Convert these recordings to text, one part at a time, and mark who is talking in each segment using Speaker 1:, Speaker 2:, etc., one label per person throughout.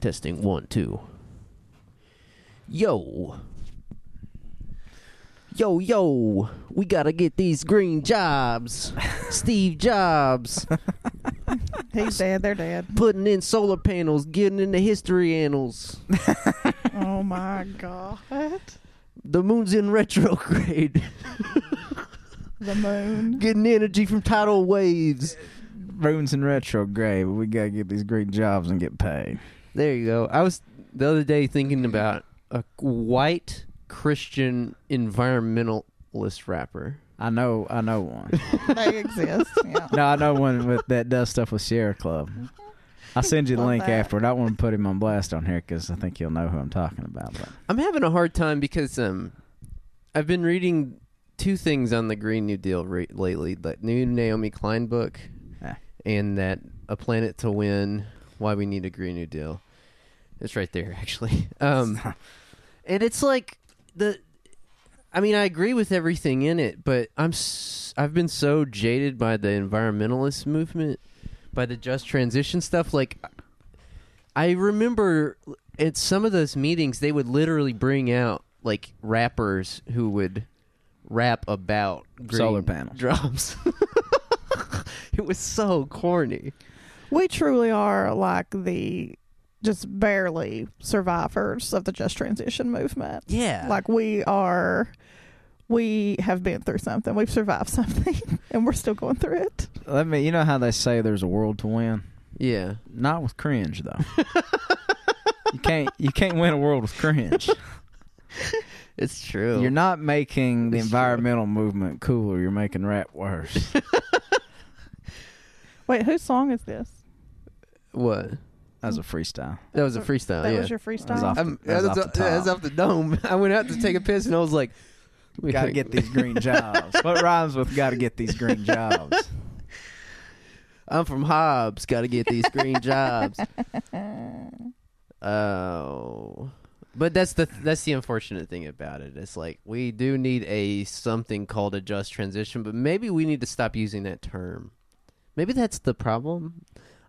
Speaker 1: Testing one, two. Yo. Yo, yo. We gotta get these green jobs. Steve Jobs.
Speaker 2: He's dead. They're dead.
Speaker 1: Putting in solar panels, getting in the history annals.
Speaker 2: Oh my god.
Speaker 1: The moon's in retrograde.
Speaker 2: The moon.
Speaker 1: getting energy from tidal waves.
Speaker 3: Runes in retrograde. We gotta get these great jobs and get paid.
Speaker 1: There you go. I was the other day thinking about a white Christian environmentalist rapper.
Speaker 3: I know. I know one.
Speaker 2: They exist. Yeah.
Speaker 3: no, I know one with that does stuff with Sierra Club. I'll send you the
Speaker 2: Love
Speaker 3: link
Speaker 2: that.
Speaker 3: afterward. I don't want to put him on blast on here because I think you'll know who I'm talking about. But
Speaker 1: I'm having a hard time because um, I've been reading two things on the Green New Deal re- lately: that new Naomi Klein book,
Speaker 3: Ah.
Speaker 1: and that A Planet to Win: Why We Need a Green New Deal. It's right there, actually. Um, and it's like the. I mean, I agree with everything in it, but I'm s- I've been so jaded by the environmentalist movement, by the just transition stuff. Like, I remember at some of those meetings they would literally bring out like rappers who would rap about green
Speaker 3: Solar panels.
Speaker 1: drums. it was so corny.
Speaker 2: We truly are like the just barely survivors of the just transition movement.
Speaker 1: Yeah,
Speaker 2: Like we are we have been through something. We've survived something and we're still going through it.
Speaker 3: let me. You know how they say there's a world to win.
Speaker 1: yeah.
Speaker 3: Not with cringe though. you can't. You can't win a world with cringe.
Speaker 1: It's true.
Speaker 3: You're not making the
Speaker 1: It's true.
Speaker 3: environmental movement cooler. You're making rap worse.
Speaker 2: Wait, whose song is this?
Speaker 1: what?
Speaker 3: That was a freestyle.
Speaker 1: That was a freestyle.
Speaker 2: that
Speaker 1: yeah.
Speaker 2: was your
Speaker 3: That Uh, was
Speaker 2: freestyle.
Speaker 3: off
Speaker 1: I'm-
Speaker 3: the- that was
Speaker 1: that's
Speaker 3: off
Speaker 1: off-
Speaker 3: the top.
Speaker 1: that's off the dome. I went out to take a piss and I was like, we
Speaker 3: Gotta
Speaker 1: think-
Speaker 3: get these green jobs. what rhymes with gotta get these green jobs?
Speaker 1: I'm from Hobbs. Got to get these green jobs. Oh, but that's the that's the unfortunate thing about it. It's like we do need a something called a just transition, but maybe we need to stop using that term. Maybe that's the problem.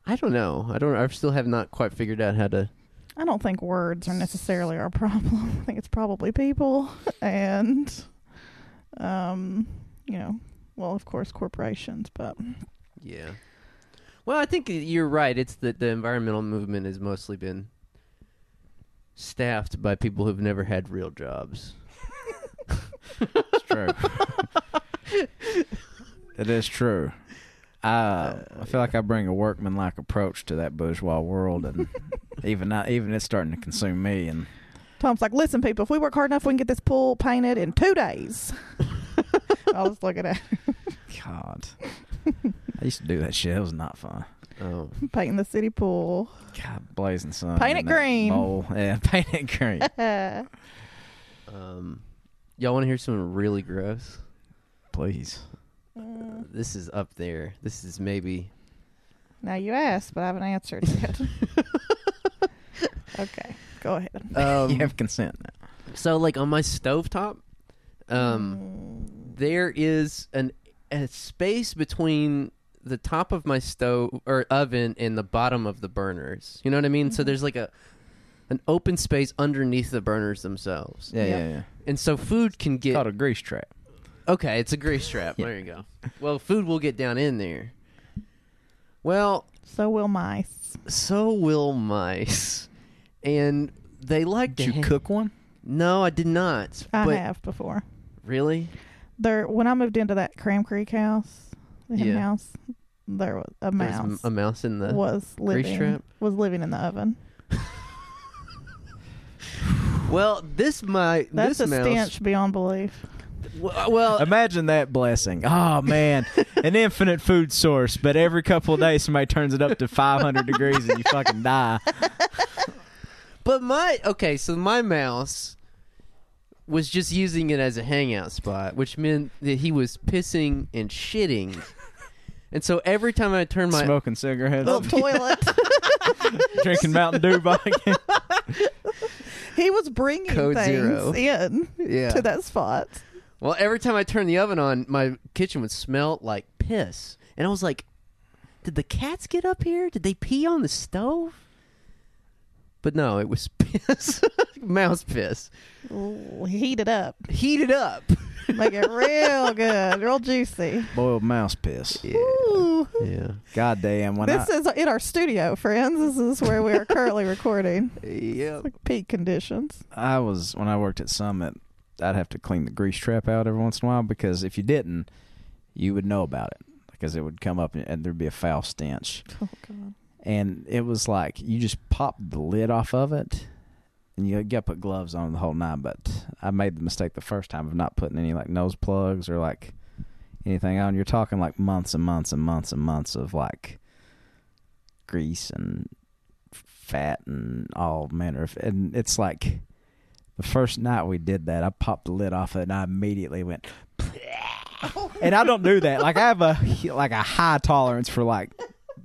Speaker 1: I don't know. I don't. I still have not quite figured out how to.
Speaker 2: I don't think words are necessarily our problem. I think it's probably people and um you know, well of course corporations, but
Speaker 1: Yeah. Well, I think you're right. It's that the environmental movement has mostly been staffed by people who've never had real jobs.
Speaker 3: It's true. it is true. I I feel like I bring a workmanlike approach to that bourgeois world, and even not even it's starting to consume me. And
Speaker 2: Tom's like, listen, people, if we work hard enough, we can get this pool painted in two days. I was looking at
Speaker 3: God, I used to do that shit. It was not fun.
Speaker 1: Oh.
Speaker 2: painting the city pool.
Speaker 3: God, blazing sun.
Speaker 2: Paint
Speaker 3: in
Speaker 2: it
Speaker 3: that
Speaker 2: green.
Speaker 3: bowl. Yeah, paint it green.
Speaker 2: Uh,
Speaker 1: Um, y'all want to hear something really gross?
Speaker 3: Please.
Speaker 2: Uh,
Speaker 1: This is up there. This is maybe.
Speaker 2: now you asked, but I haven't answered yet. okay, go ahead.
Speaker 1: Um,
Speaker 3: you have consent now.
Speaker 1: So, like on my stovetop, um, there is an a space between the top of my stove or oven and the bottom of the burners. You know what I mean? So
Speaker 3: Mm-hmm.
Speaker 1: there's like a an open space underneath the burners themselves,
Speaker 3: Yeah,
Speaker 2: Yep.
Speaker 3: yeah, yeah.
Speaker 1: and so food can get
Speaker 3: Called a grease trap.
Speaker 1: Okay, it's a grease trap. There you go. Well, food will get down in there. Well,
Speaker 2: So will mice.
Speaker 1: so will mice, and they like to
Speaker 3: Did you
Speaker 1: hang-
Speaker 3: cook one?
Speaker 1: No, I did not.
Speaker 2: I
Speaker 1: but
Speaker 2: have before.
Speaker 1: really,
Speaker 2: There, when I moved into that Cram Creek house, the hen
Speaker 1: Yeah.
Speaker 2: house, there was
Speaker 1: There was
Speaker 2: a
Speaker 1: m-
Speaker 2: mouse
Speaker 1: a mouse in the.
Speaker 2: was living
Speaker 1: trap?
Speaker 2: was living in the oven.
Speaker 1: Well, this my
Speaker 2: That's
Speaker 1: this
Speaker 2: a
Speaker 1: mouse.
Speaker 2: stench beyond belief.
Speaker 1: w- Well,
Speaker 3: Imagine that blessing. Oh man, an infinite food source, but every couple of days somebody turns it up to 500 degrees and you fucking die.
Speaker 1: but my okay, so my mouse was just using it as a hangout spot, which meant that he was pissing and shitting, and so every time I turned my
Speaker 3: Smoking cigarettes,
Speaker 2: Little toilet.
Speaker 3: drinking Mountain Dew by again.
Speaker 2: He was bringing
Speaker 1: Code
Speaker 2: things
Speaker 1: zero.
Speaker 2: in
Speaker 1: yeah,
Speaker 2: to that spot.
Speaker 1: Well, every time I turned the oven on, my kitchen would smell like piss. And I was like, did the cats get up here? Did they pee on the stove? But no, it was piss, mouse piss,
Speaker 2: Ooh, heat it up,
Speaker 1: heated up.
Speaker 2: make it real good, real juicy.
Speaker 3: Boiled mouse piss.
Speaker 1: Yeah,
Speaker 2: Ooh.
Speaker 1: yeah.
Speaker 3: God damn. When
Speaker 2: This
Speaker 3: I,
Speaker 2: is in our studio, friends. This is where we are currently recording.
Speaker 1: Yep.
Speaker 2: Like peak conditions.
Speaker 3: I was when I worked at Summit, I'd have to clean the grease trap out every once in a while because if you didn't, you would know about it because it would come up and- and there'd be a foul stench.
Speaker 2: Oh god.
Speaker 3: and it was like you just popped the lid off of it and you got to put gloves on the whole nine but i made the mistake the first time of not putting any like nose plugs or like anything on you're talking like months and months and months and months of like grease and fat and all manner of and it's like the first night we did that i popped the lid off it and i immediately went and i don't do that like i have a like a high tolerance for like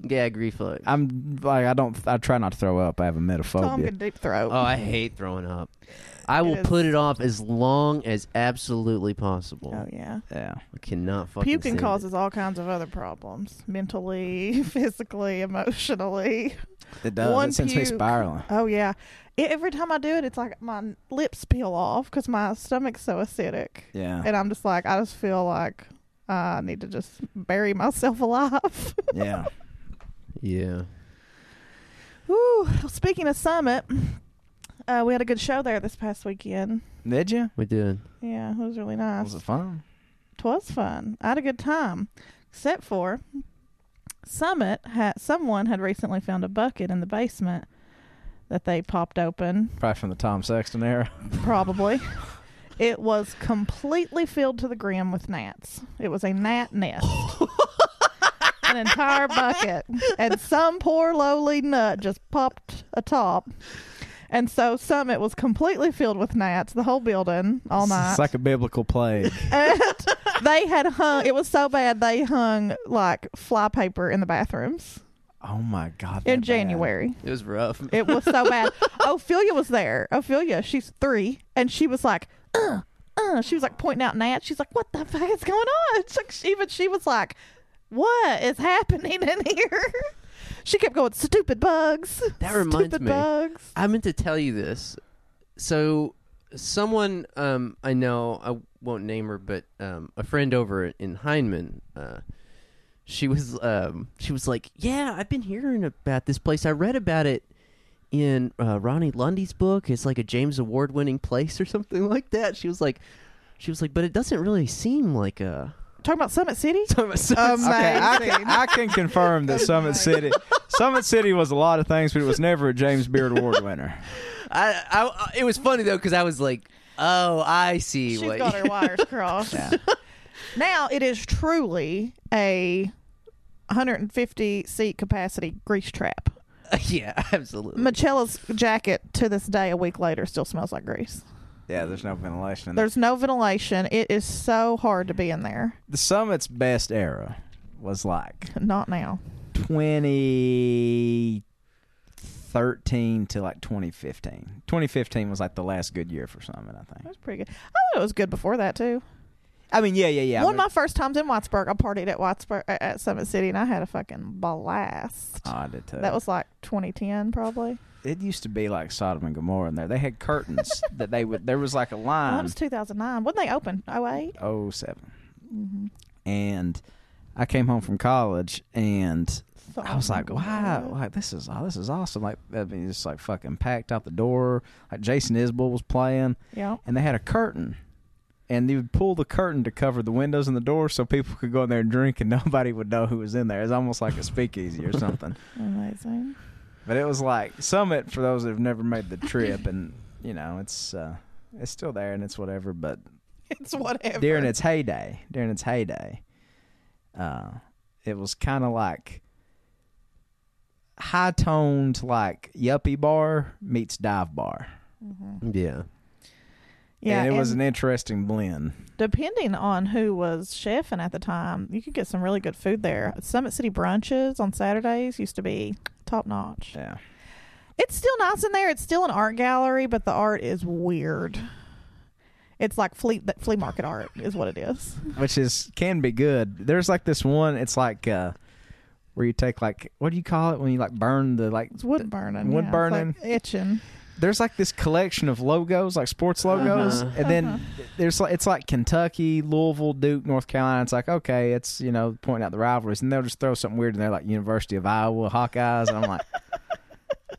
Speaker 1: Gag reflex.
Speaker 3: I'm like I don't I try not to throw up. I have a
Speaker 2: Tom
Speaker 3: metaphobia.
Speaker 2: can deep throat.
Speaker 1: Oh, I hate throwing up. I will
Speaker 2: Yes.
Speaker 1: put it off as long as absolutely possible.
Speaker 2: Oh, yeah.
Speaker 3: Yeah.
Speaker 1: I cannot fucking.
Speaker 2: Puking
Speaker 1: stand it.
Speaker 2: causes all kinds of other problems mentally, physically, emotionally.
Speaker 3: It
Speaker 2: does.
Speaker 3: does.
Speaker 2: One
Speaker 3: it sends me
Speaker 2: puke.
Speaker 3: spiraling.
Speaker 2: Oh, yeah. E- every time I do it, it's like my lips peel off because my stomach's so acidic.
Speaker 3: Yeah.
Speaker 2: And I'm just like, I just feel like I need to just bury myself alive.
Speaker 3: Yeah.
Speaker 1: Yeah.
Speaker 2: Woo. Speaking of Summit, uh, we had a good show there this past weekend.
Speaker 3: Did you?
Speaker 1: We did.
Speaker 2: Yeah, it was really nice.
Speaker 3: Was it fun?
Speaker 2: Twas fun. I had a good time, except for Summit had someone had recently found a bucket in the basement that they popped open.
Speaker 3: Probably from the Tom Sexton era.
Speaker 2: Probably, it was completely filled to the brim with gnats. It was a gnat nest. An entire bucket, and some poor lowly nut just popped atop, and so Summit was completely filled with gnats. The whole building all night
Speaker 3: It's like a biblical plague.
Speaker 2: and they had hung it was so bad they hung like flypaper in the bathrooms
Speaker 3: oh my god.
Speaker 2: in
Speaker 3: that bad.
Speaker 2: january
Speaker 1: It was rough.
Speaker 2: it was so bad ophelia was there ophelia she's three and she was like uh uh she was like pointing out gnats she's like what the fuck is going on it's like she, even she was like what is happening in here she kept going stupid bugs
Speaker 1: That reminds
Speaker 2: stupid
Speaker 1: me.
Speaker 2: bugs
Speaker 1: I meant to tell you this. So, someone um, I know, I won't name her, but um, a friend over in Heinemann, uh, she was um, she was like, "Yeah, I've been hearing about this place. I read about it in uh, Ronnie Lundy's book. It's like a James Award winning place or something like that." She was like, "She was like, but it doesn't really seem like a."
Speaker 2: talking about summit city
Speaker 1: So, so-
Speaker 2: Um,
Speaker 3: Okay, I
Speaker 2: Amazing.
Speaker 3: can, I can confirm that Summit City Summit City was a lot of things, but it was never a James Beard Award winner.
Speaker 1: I, I- it was funny though because I was like, "Oh, I see."
Speaker 2: She's
Speaker 1: what
Speaker 2: got her wires crossed. Now it is truly a 150 seat capacity grease trap.
Speaker 1: yeah, absolutely.
Speaker 2: Machella's jacket to this day, a week later, still smells like grease.
Speaker 3: Yeah, there's no ventilation in there.
Speaker 2: There's no ventilation. It is so hard to be in there.
Speaker 3: The Summit's best era was like
Speaker 2: Not now.
Speaker 3: 2013 to like 2015. 2015 was like the last good year for Summit, I
Speaker 2: That
Speaker 3: think.
Speaker 2: was pretty good. I thought it was good before that too.
Speaker 3: I mean, yeah, yeah, yeah.
Speaker 2: One
Speaker 3: I
Speaker 2: of my first times in Whitesburg, I partied at Whitesburg uh, at Summit City, and I had a fucking blast.
Speaker 3: mean, Oh, I did too.
Speaker 2: That was like 2010, probably.
Speaker 3: it. Used to be like Sodom and Gomorrah in there. They had curtains that they would. There was like a
Speaker 2: Well, Oh, that
Speaker 3: line.
Speaker 2: was 2009. Wasn't they open? 08?
Speaker 3: Oh seven,
Speaker 2: Mm-hmm.
Speaker 3: and I came home from college and I was like, wow, like this is oh, this is awesome. Like I mean, just like fucking packed out the door. Like Jason Isbell was playing.
Speaker 2: Yeah.
Speaker 3: and they had a curtain. And they would pull the curtain to cover the windows and the doors so people could go in there and drink and nobody would know who was in there. It's almost like a speakeasy or something.
Speaker 2: Amazing.
Speaker 3: But it was like Summit for those that have never made the trip and you know, it's uh it's still there and it's whatever, but
Speaker 2: It's whatever.
Speaker 3: during its heyday, during its heyday, uh it was kind of like high toned like yuppie bar meets dive bar.
Speaker 1: yeah.
Speaker 2: Mm-hmm. Yeah,
Speaker 3: and it was
Speaker 2: and
Speaker 3: an interesting blend.
Speaker 2: depending on who was chefing at the time, you could get some really good food there. Summit City brunches on Saturdays used to be top notch.
Speaker 3: Yeah.
Speaker 2: It's still nice in there. It's still an art gallery, but the art is weird. It's like flea that flea market art is what it is.
Speaker 3: which is can be good. There's like this one. It's like uh, where you take like what do you call it when you like burn the like
Speaker 2: It's wood burning. yeah, it's
Speaker 3: Wood
Speaker 2: like
Speaker 3: burning.
Speaker 2: itching.
Speaker 3: there's like this collection of logos, like sports logos,
Speaker 1: Uh-huh.
Speaker 3: and then
Speaker 2: Uh-huh.
Speaker 3: there's like it's like Kentucky, Louisville, Duke, North Carolina. It's like okay, it's you know pointing out the rivalries, and they'll just throw something weird in there like University of Iowa Hawkeyes, and I'm like,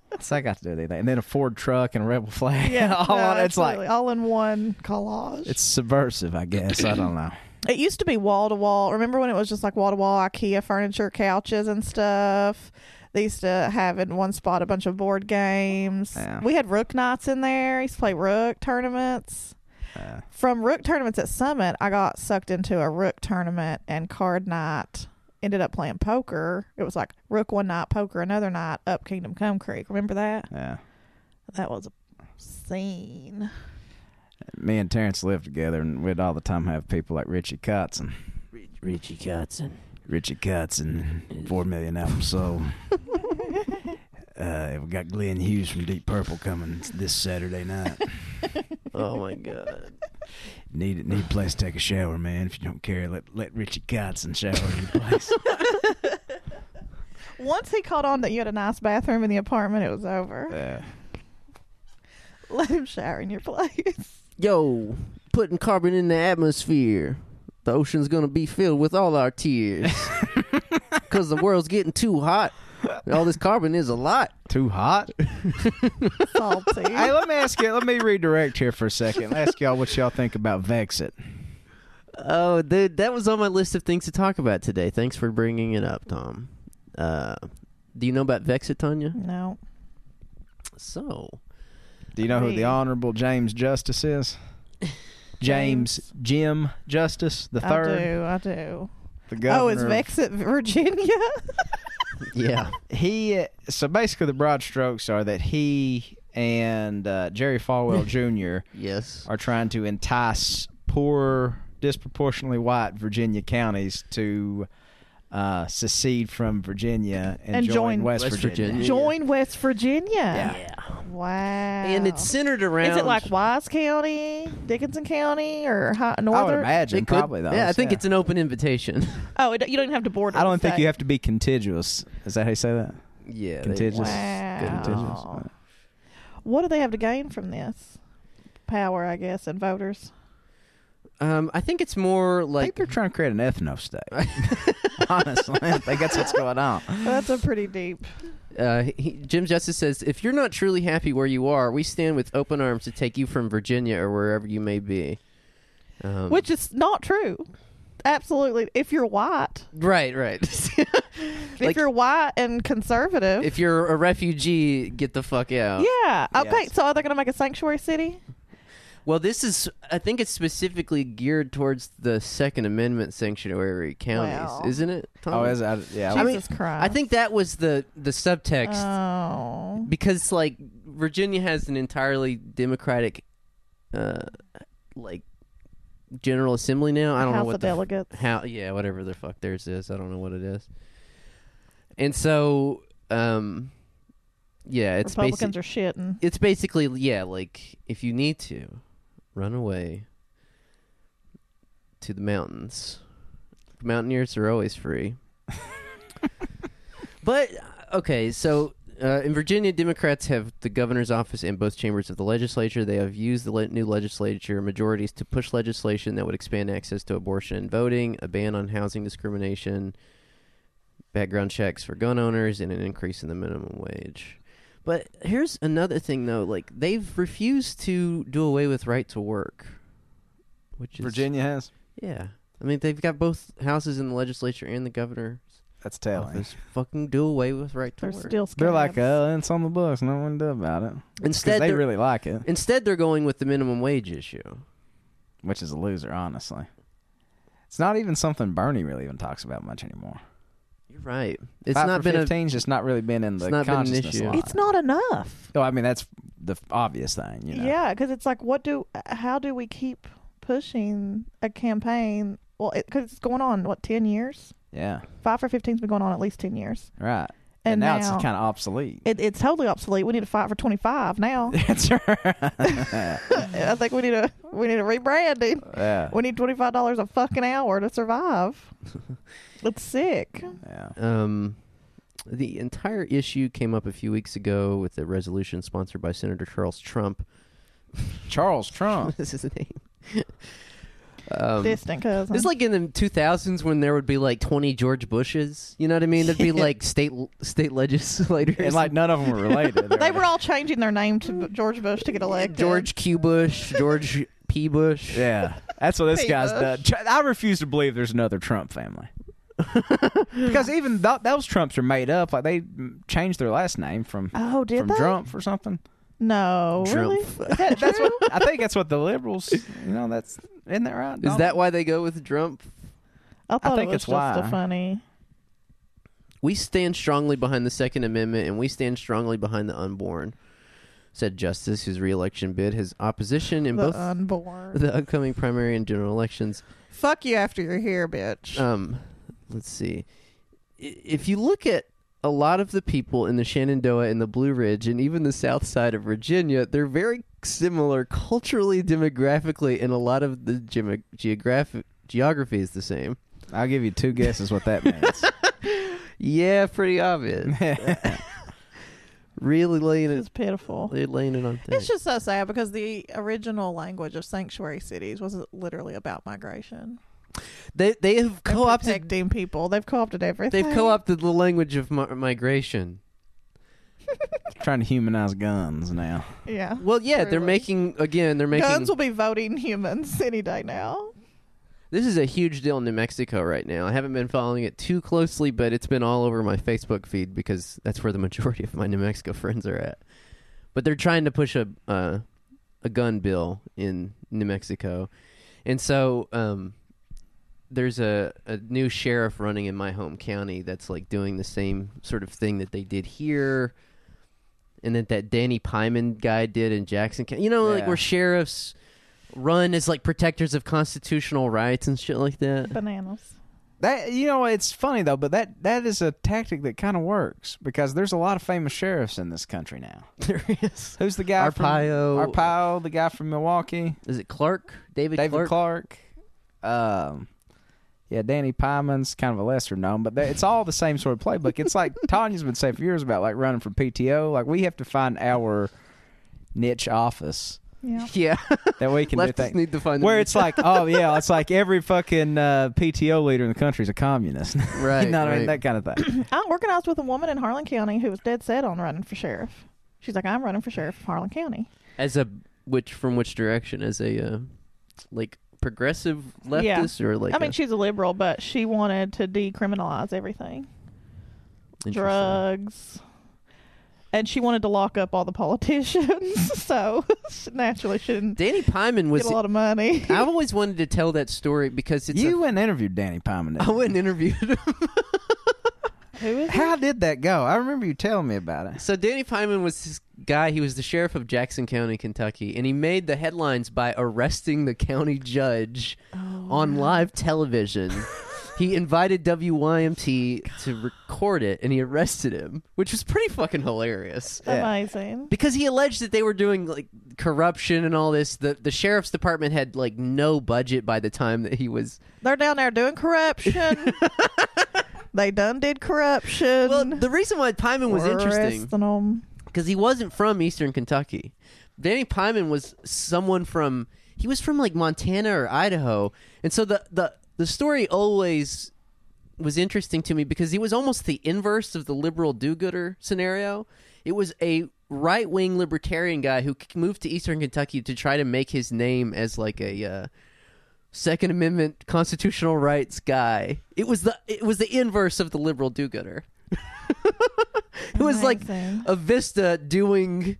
Speaker 3: what's that got to do with anything? And then a Ford truck and a rebel flag, yeah,
Speaker 2: No,
Speaker 3: all on it. it's
Speaker 2: absolutely.
Speaker 3: like
Speaker 2: all in one collage.
Speaker 3: it's subversive, I guess. I don't know.
Speaker 2: It used to be wall to wall. Remember when it was just like wall to wall IKEA furniture, couches and stuff. They used to have in one spot a bunch of board games.
Speaker 3: Yeah.
Speaker 2: We had rook nights in there. I used to play rook tournaments.
Speaker 3: Uh,
Speaker 2: From rook tournaments at Summit, I got sucked into a rook tournament and card night. Ended up playing poker. It was like rook one night, poker another night, up Kingdom Come Creek. Remember that?
Speaker 3: yeah.
Speaker 2: That was a scene.
Speaker 3: Me and Terrence lived together, and we'd all the time have people like Richie Cotts and
Speaker 1: Richie Kotzen.
Speaker 3: Richie Cutts and Four Million Albums Sold. uh, we got Glenn Hughes from Deep Purple coming this Saturday night.
Speaker 1: Oh my god.
Speaker 3: Need need a place to take a shower, man. If you don't care, let let Richie Cutts and shower in your place.
Speaker 2: Once he caught on that you had a nice bathroom in the apartment, it was over.
Speaker 3: Yeah.
Speaker 1: Uh,
Speaker 2: Let him shower in your place.
Speaker 1: Yo, putting carbon in the atmosphere. The ocean's gonna be filled with all our tears. Cause the world's getting too hot. All this carbon is a lot.
Speaker 3: Too hot?
Speaker 2: Salty.
Speaker 3: hey, let me ask you. Let me redirect here for a second. Let me ask y'all what y'all think about Vexit.
Speaker 1: Oh, dude, that was on my list of things to talk about today. Thanks for bringing it up, Tom. Uh, do you know about Vexit, Tanya?
Speaker 2: no.
Speaker 1: So,
Speaker 3: Do you know who
Speaker 2: Hey.
Speaker 3: the Honorable James Justice is? James Jim Justice the
Speaker 2: I
Speaker 3: third,
Speaker 2: do. I do.
Speaker 3: the governor.
Speaker 2: oh, is
Speaker 3: of-
Speaker 2: Vexit Virginia?
Speaker 1: yeah.
Speaker 3: he so basically the broad strokes are that he and uh, Jerry Falwell Jr.
Speaker 1: yes.
Speaker 3: are trying to entice poor, disproportionately white Virginia counties to uh, secede from Virginia and,
Speaker 2: And
Speaker 3: join,
Speaker 2: join
Speaker 3: West,
Speaker 1: West
Speaker 3: Virginia.
Speaker 1: Virginia.
Speaker 2: Join West Virginia.
Speaker 3: Yeah.
Speaker 2: Wow.
Speaker 1: And it's centered around.
Speaker 2: Is it like Wise County, Dickinson County, or Hi-
Speaker 3: I would
Speaker 2: Northern?
Speaker 1: It
Speaker 3: imagine
Speaker 1: could-
Speaker 3: probably though.
Speaker 1: Yeah, I think it's an open invitation.
Speaker 2: oh, it, you don't even have to board.
Speaker 3: I don't think you have to be contiguous. Is that how you say that?
Speaker 1: yeah.
Speaker 3: Contagious.
Speaker 1: They,
Speaker 3: Contiguous.
Speaker 2: Wow. What do they have to gain from this? Power, I guess, and voters.
Speaker 1: um, I think it's more
Speaker 3: I think
Speaker 1: like.
Speaker 3: they're trying to create an ethno state. Honestly, I think that's what's going on.
Speaker 2: That's a pretty deep.
Speaker 1: Uh, he, Jim Justice says if you're not truly happy where you are, we stand with open arms to take you from Virginia or wherever you may be. Um,
Speaker 2: Which is not true. Absolutely. If you're white,
Speaker 1: Right, right. Like-
Speaker 2: if you're white and conservative,
Speaker 1: if uh, you're a refugee, get the fuck out.
Speaker 2: yeah. Okay.
Speaker 3: Yes.
Speaker 2: So are they going to make a sanctuary city?
Speaker 1: Well, this is, I think it's specifically geared towards the Second Amendment sanctuary counties,
Speaker 2: Wow.
Speaker 1: isn't it? Tom?
Speaker 3: Oh, is it? I- Yeah,
Speaker 1: I mean,
Speaker 2: Jesus Christ.
Speaker 1: I think that was the, the subtext
Speaker 2: Oh.
Speaker 1: because, like, Virginia has an entirely Democratic, uh, like, General Assembly now. I don't know
Speaker 2: House
Speaker 1: what
Speaker 2: of
Speaker 1: the f-
Speaker 2: Delegates.
Speaker 1: how yeah whatever the fuck theirs is i don't know what it is and so um yeah it's
Speaker 2: Republicans
Speaker 1: basic,
Speaker 2: are shitting.
Speaker 1: it's basically yeah like if you need to run away to the mountains mountaineers are always free but okay so uh, in Virginia, Democrats have the governor's office and both chambers of the legislature. They have used the le- new legislature majorities to push legislation that would expand access to abortion and voting, a ban on housing discrimination, background checks for gun owners, and an increase in the minimum wage. But here's another thing, though. Like they've refused to do away with right to work, which is
Speaker 3: Virginia has.
Speaker 1: Yeah, I mean they've got both houses in the legislature and the governor's
Speaker 3: That's telling.
Speaker 1: office. Fucking do away with right to
Speaker 2: They're
Speaker 1: work.
Speaker 2: still
Speaker 3: They're like,
Speaker 2: scabs.
Speaker 1: "Oh,
Speaker 3: uh, it's on the books. No one do about it. 'Cause
Speaker 1: Instead,
Speaker 3: they
Speaker 1: they're-
Speaker 3: really like it,
Speaker 1: Instead, they're going with the minimum wage issue.
Speaker 3: which is a loser, honestly. It's not even something Bernie really even talks about much anymore.
Speaker 1: You're right. It's
Speaker 3: Five
Speaker 1: not
Speaker 3: for
Speaker 1: been a
Speaker 3: 15's just not really been in
Speaker 1: It's
Speaker 3: the
Speaker 1: not been an
Speaker 3: consciousness
Speaker 1: issue.
Speaker 3: a lot.
Speaker 2: it's not enough.
Speaker 3: No, I mean that's the f- obvious thing. You know?
Speaker 2: Yeah, because it's like, what do? How do we keep pushing a campaign? Well, because it's going on what ten years.
Speaker 3: Yeah.
Speaker 2: Five for fifteen's been going on at least ten years,
Speaker 3: Right. And,
Speaker 2: and,
Speaker 3: now, it's kind of obsolete.
Speaker 2: it, it's totally obsolete. We need to fight for twenty five now.
Speaker 3: That's right.
Speaker 2: I think we need a we need a rebranding.
Speaker 3: yeah.
Speaker 2: We need twenty five dollars a fucking hour to survive. It's sick.
Speaker 3: Yeah.
Speaker 1: um the entire issue came up a few weeks ago with a resolution sponsored by Senator Charles Trump.
Speaker 3: Charles Trump.
Speaker 1: this is his name. um,
Speaker 2: Distant cousin.
Speaker 1: it's like in the 2000s when there would be like 20 George Bushes. You know what I mean? There'd be like state state legislators
Speaker 3: and like none of them were related.
Speaker 2: they were all changing their name to
Speaker 3: Mm.
Speaker 2: George Bush to get elected.
Speaker 1: George Q. Bush, George P. Bush.
Speaker 3: Yeah, that's what this
Speaker 2: Hey,
Speaker 3: guy's
Speaker 2: Bush.
Speaker 3: done. Tr- I refuse to believe there's another Trump family. because even th- those Trumps are made up. Like they mm, changed their last name from
Speaker 2: Oh, did
Speaker 3: from
Speaker 2: they?
Speaker 3: Trump or something.
Speaker 2: No, really?
Speaker 1: Drumpf.
Speaker 2: Is that
Speaker 3: That's
Speaker 2: true?
Speaker 3: what I think. That's what the liberals. You know, that's isn't that right?
Speaker 1: Is that why they go with Trump?
Speaker 2: I thought it
Speaker 3: think
Speaker 2: was
Speaker 3: it's
Speaker 2: just a
Speaker 3: why.
Speaker 2: funny.
Speaker 1: We stand strongly behind the Second Amendment and we stand strongly behind the unborn, said Justice, whose reelection bid his opposition in
Speaker 2: the
Speaker 1: both
Speaker 2: unborn.
Speaker 1: the upcoming primary and general elections.
Speaker 2: Fuck you after you're here, bitch.
Speaker 3: Uh,
Speaker 1: Um, let's see. I- If you look at a lot of the people in the Shenandoah and the Blue Ridge and even the south side of Virginia, they're very similar culturally, demographically, and a lot of the gem- geographic geography is the same.
Speaker 3: I'll give you two guesses what that means.
Speaker 1: Yeah, pretty obvious. really laying
Speaker 2: it's
Speaker 1: it,
Speaker 2: pitiful.
Speaker 1: really laying it on thick.
Speaker 4: It's just so sad because the original language of sanctuary cities was literally about migration.
Speaker 1: they they have
Speaker 2: And
Speaker 1: co-opted.
Speaker 2: protecting people. They've co-opted everything.
Speaker 1: They've co-opted the language of mi- migration.
Speaker 3: Trying to humanize guns now.
Speaker 2: Yeah.
Speaker 1: Well, yeah, they're
Speaker 2: Truly.
Speaker 1: making again. They're making
Speaker 2: Guns will be voting humans any day now.
Speaker 1: This is a huge deal in New Mexico right now. I haven't been following it too closely, but it's been all over my Facebook feed because that's where the majority of my New Mexico friends are at. But they're trying to push a uh, a gun bill in New Mexico, and so um, there's a a new sheriff running in my home county that's like doing the same sort of thing that they did here, and that that Danny Pyman guy did in Jackson County. You know, like
Speaker 3: Yeah.
Speaker 1: where sheriffs run as like protectors of constitutional rights and shit like that.
Speaker 2: Bananas.
Speaker 3: That you know, it's funny though, but that that is a tactic that kind of works because there's a lot of famous sheriffs in this country now.
Speaker 1: there is.
Speaker 3: Who's the guy?
Speaker 1: Arpaio.
Speaker 3: From, Arpaio, the guy from Milwaukee.
Speaker 1: Is it Clark? David,
Speaker 3: David
Speaker 1: Clark?
Speaker 3: Clark. Um, yeah, Danny Pyman's kind of a lesser known, but they- it's all the same sort of playbook. It's like Tanya's been saying for years about like running for PTO. Like we have to find our niche office
Speaker 2: Yeah.
Speaker 1: Yeah.
Speaker 3: that we can do
Speaker 1: Leftists
Speaker 3: things.
Speaker 1: need to find
Speaker 3: Where
Speaker 1: the-
Speaker 3: it's like, oh yeah, it's like every fucking uh, PTO leader in the country is a communist.
Speaker 1: Right,
Speaker 3: you know what I mean?
Speaker 1: right.
Speaker 3: That kind of thing.
Speaker 2: I organized with a woman in Harlan County who was dead set on running for sheriff. She's like, I'm running for sheriff of Harlan County.
Speaker 1: as a which from which direction as a uh, like progressive
Speaker 2: Yeah.
Speaker 1: leftist or like
Speaker 2: I mean,
Speaker 1: a-
Speaker 2: she's a liberal, but she wanted to decriminalize everything.
Speaker 1: Interesting.
Speaker 2: drugs. And she wanted to lock up all the politicians, so she naturally shouldn't
Speaker 1: Danny Pyman was
Speaker 2: get a lot of money.
Speaker 1: I've always wanted to tell that story because it's
Speaker 3: you went and interviewed Danny Pyman.
Speaker 1: a, I went and interviewed him.
Speaker 2: Who is it?
Speaker 3: How did that go? I remember you telling me about it.
Speaker 1: So Danny Pyman was this guy. He was the sheriff of Jackson County, Kentucky, and he made the headlines by arresting the county judge on live television. he invited WYMT to record it, and he arrested him, which was pretty fucking hilarious.
Speaker 2: Amazing.
Speaker 1: Because he alleged that they were doing like corruption and all this. The the sheriff's department had like no budget by the time that he was
Speaker 2: They're down there doing corruption. they done did corruption.
Speaker 1: Well, the reason why Pyman was
Speaker 2: We're
Speaker 1: interesting
Speaker 2: arresting 'em.
Speaker 1: because he wasn't from Eastern Kentucky. Danny Pyman was someone from he was from like Montana or Idaho, and so the the the story always was interesting to me because he was almost the inverse of the liberal do-gooder scenario. It was a right-wing libertarian guy who c- moved to Eastern Kentucky to try to make his name as like a uh, Second Amendment constitutional rights guy. It was the it was the inverse of the liberal do-gooder. it was like
Speaker 2: Amazing.
Speaker 1: a Vista doing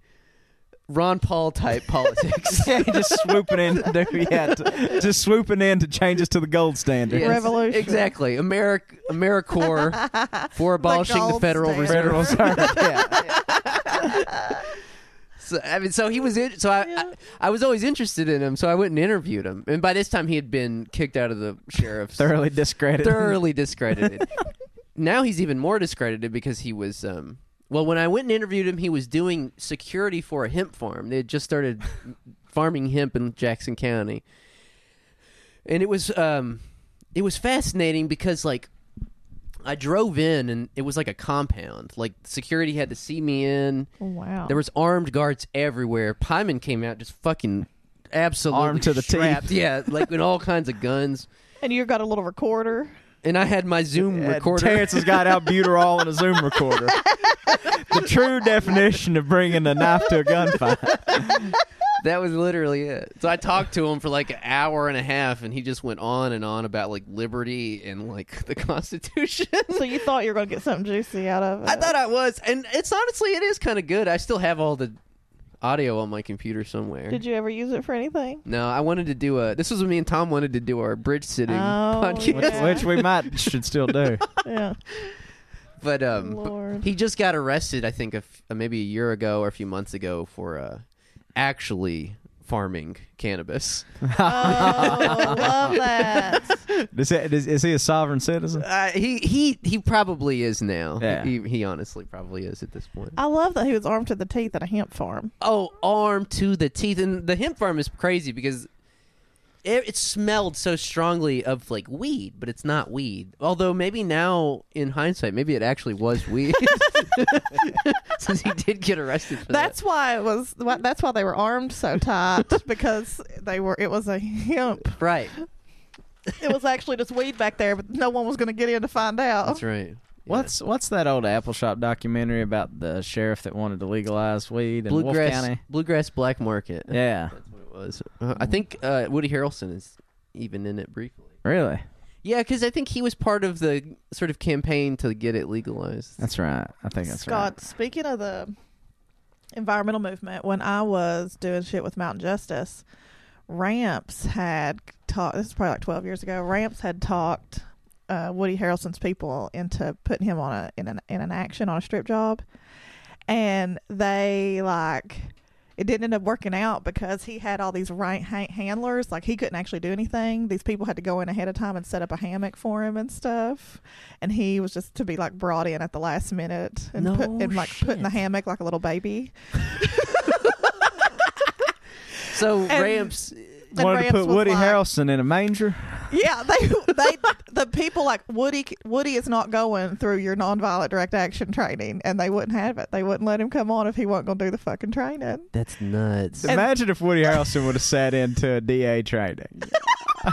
Speaker 1: Ron Paul type politics.
Speaker 3: yeah, just swooping in to do, yeah, to, just swooping in to change us to the gold standard.
Speaker 1: Yes,
Speaker 2: Revolution.
Speaker 1: Exactly. Americ- AmeriCorps for abolishing the,
Speaker 4: gold
Speaker 1: Federal
Speaker 4: standard.
Speaker 1: Reserve.
Speaker 3: Federal Reserve. yeah.
Speaker 1: So, I mean, so he was. In, so I, I, I was always interested in him. So I went and interviewed him. And by this time, he had been kicked out of the sheriff's.
Speaker 3: Thoroughly discredited.
Speaker 1: thoroughly discredited. now he's even more discredited because he was. Um, well, when I went and interviewed him, he was doing security for a hemp farm. They had just started farming hemp in Jackson County, and it was um, it was fascinating because like I drove in and it was like a compound. Like security had to see me in.
Speaker 2: oh,
Speaker 3: Oh.
Speaker 5: Wow.
Speaker 1: There was armed guards everywhere. Pyman came out just fucking absolutely
Speaker 3: Armed to the teeth.
Speaker 1: strapped. Yeah, like with all kinds of guns.
Speaker 5: and you got a little recorder.
Speaker 1: And I had my Zoom
Speaker 3: Uh,
Speaker 1: recorder.
Speaker 3: Terrence has got albuterol and a Zoom recorder. the true definition of bringing a knife to a gunfight.
Speaker 1: that was literally it. So I talked to him for like an hour and a half, and he just went on and on about like liberty and like the Constitution.
Speaker 5: So you thought you were going to get something juicy out of it.
Speaker 1: I thought I was, and it's honestly it is kind of good. I still have all the audio on my computer somewhere.
Speaker 5: Did you ever use it for anything?
Speaker 1: no, I wanted to do a. This was when me and Tom wanted to do our bridge sitting
Speaker 5: Oh,
Speaker 1: podcast,
Speaker 3: Which,
Speaker 5: Yeah.
Speaker 3: which we might should still do.
Speaker 5: Yeah.
Speaker 1: but um,
Speaker 5: Lord.
Speaker 1: he just got arrested. I think a f- uh, maybe a year ago or a few months ago for uh, actually farming cannabis.
Speaker 5: Oh, love that.
Speaker 3: Is, that, is, is he a sovereign citizen?
Speaker 1: Uh, he he he probably is now.
Speaker 3: Yeah.
Speaker 1: He he honestly probably is at this point.
Speaker 2: I love that he was armed to the teeth at a hemp farm.
Speaker 1: Oh, armed to the teeth, and the hemp farm is crazy because it, it smelled so strongly of like weed, but it's not weed. Although maybe now in hindsight, maybe it actually was weed, since he did get arrested for that.
Speaker 2: That's why it was. why- That's why they were armed so tight because they were. It was a hemp.
Speaker 1: Right.
Speaker 2: It was actually just weed back there, but no one was going to get in to find out.
Speaker 1: That's right.
Speaker 3: What's what's that old Apple Shop documentary about the sheriff that wanted to legalize weed in Wolf
Speaker 1: bluegrass?
Speaker 3: County?
Speaker 1: Bluegrass black market.
Speaker 3: Yeah,
Speaker 1: That's what it was. Uh, I think uh, Woody Harrelson is even in it briefly.
Speaker 3: really.
Speaker 1: Yeah, because I think he was part of the sort of campaign to get it legalized.
Speaker 3: That's right. I think that's
Speaker 2: Scott, speaking of the environmental movement, when I was doing shit with Mountain Justice, Ramps had talked. This is probably like twelve years ago. Ramps had talked uh, Woody Harrelson's people into putting him on a in an in an action on a strip job, and they like. It didn't end up working out because he had all these right ha- handlers. Like he couldn't actually do anything. These people had to go in ahead of time and set up a hammock for him and stuff and he was just to be like brought in at the last minute and
Speaker 1: No
Speaker 2: put and like put in the
Speaker 1: shit.
Speaker 2: hammock like a little baby.
Speaker 1: So
Speaker 2: And-
Speaker 1: ramps.
Speaker 2: And
Speaker 3: right. Wanted to
Speaker 2: Rams
Speaker 3: put
Speaker 2: was
Speaker 3: Woody
Speaker 2: like-
Speaker 3: Harrelson in a manger.
Speaker 2: Yeah, they they the people like Woody Woody is not going through your nonviolent direct action training, and they wouldn't have it. They wouldn't let him come on if he wasn't going to do the fucking training.
Speaker 1: That's nuts.
Speaker 2: And-
Speaker 3: Imagine if Woody Harrelson would have sat into a DA training.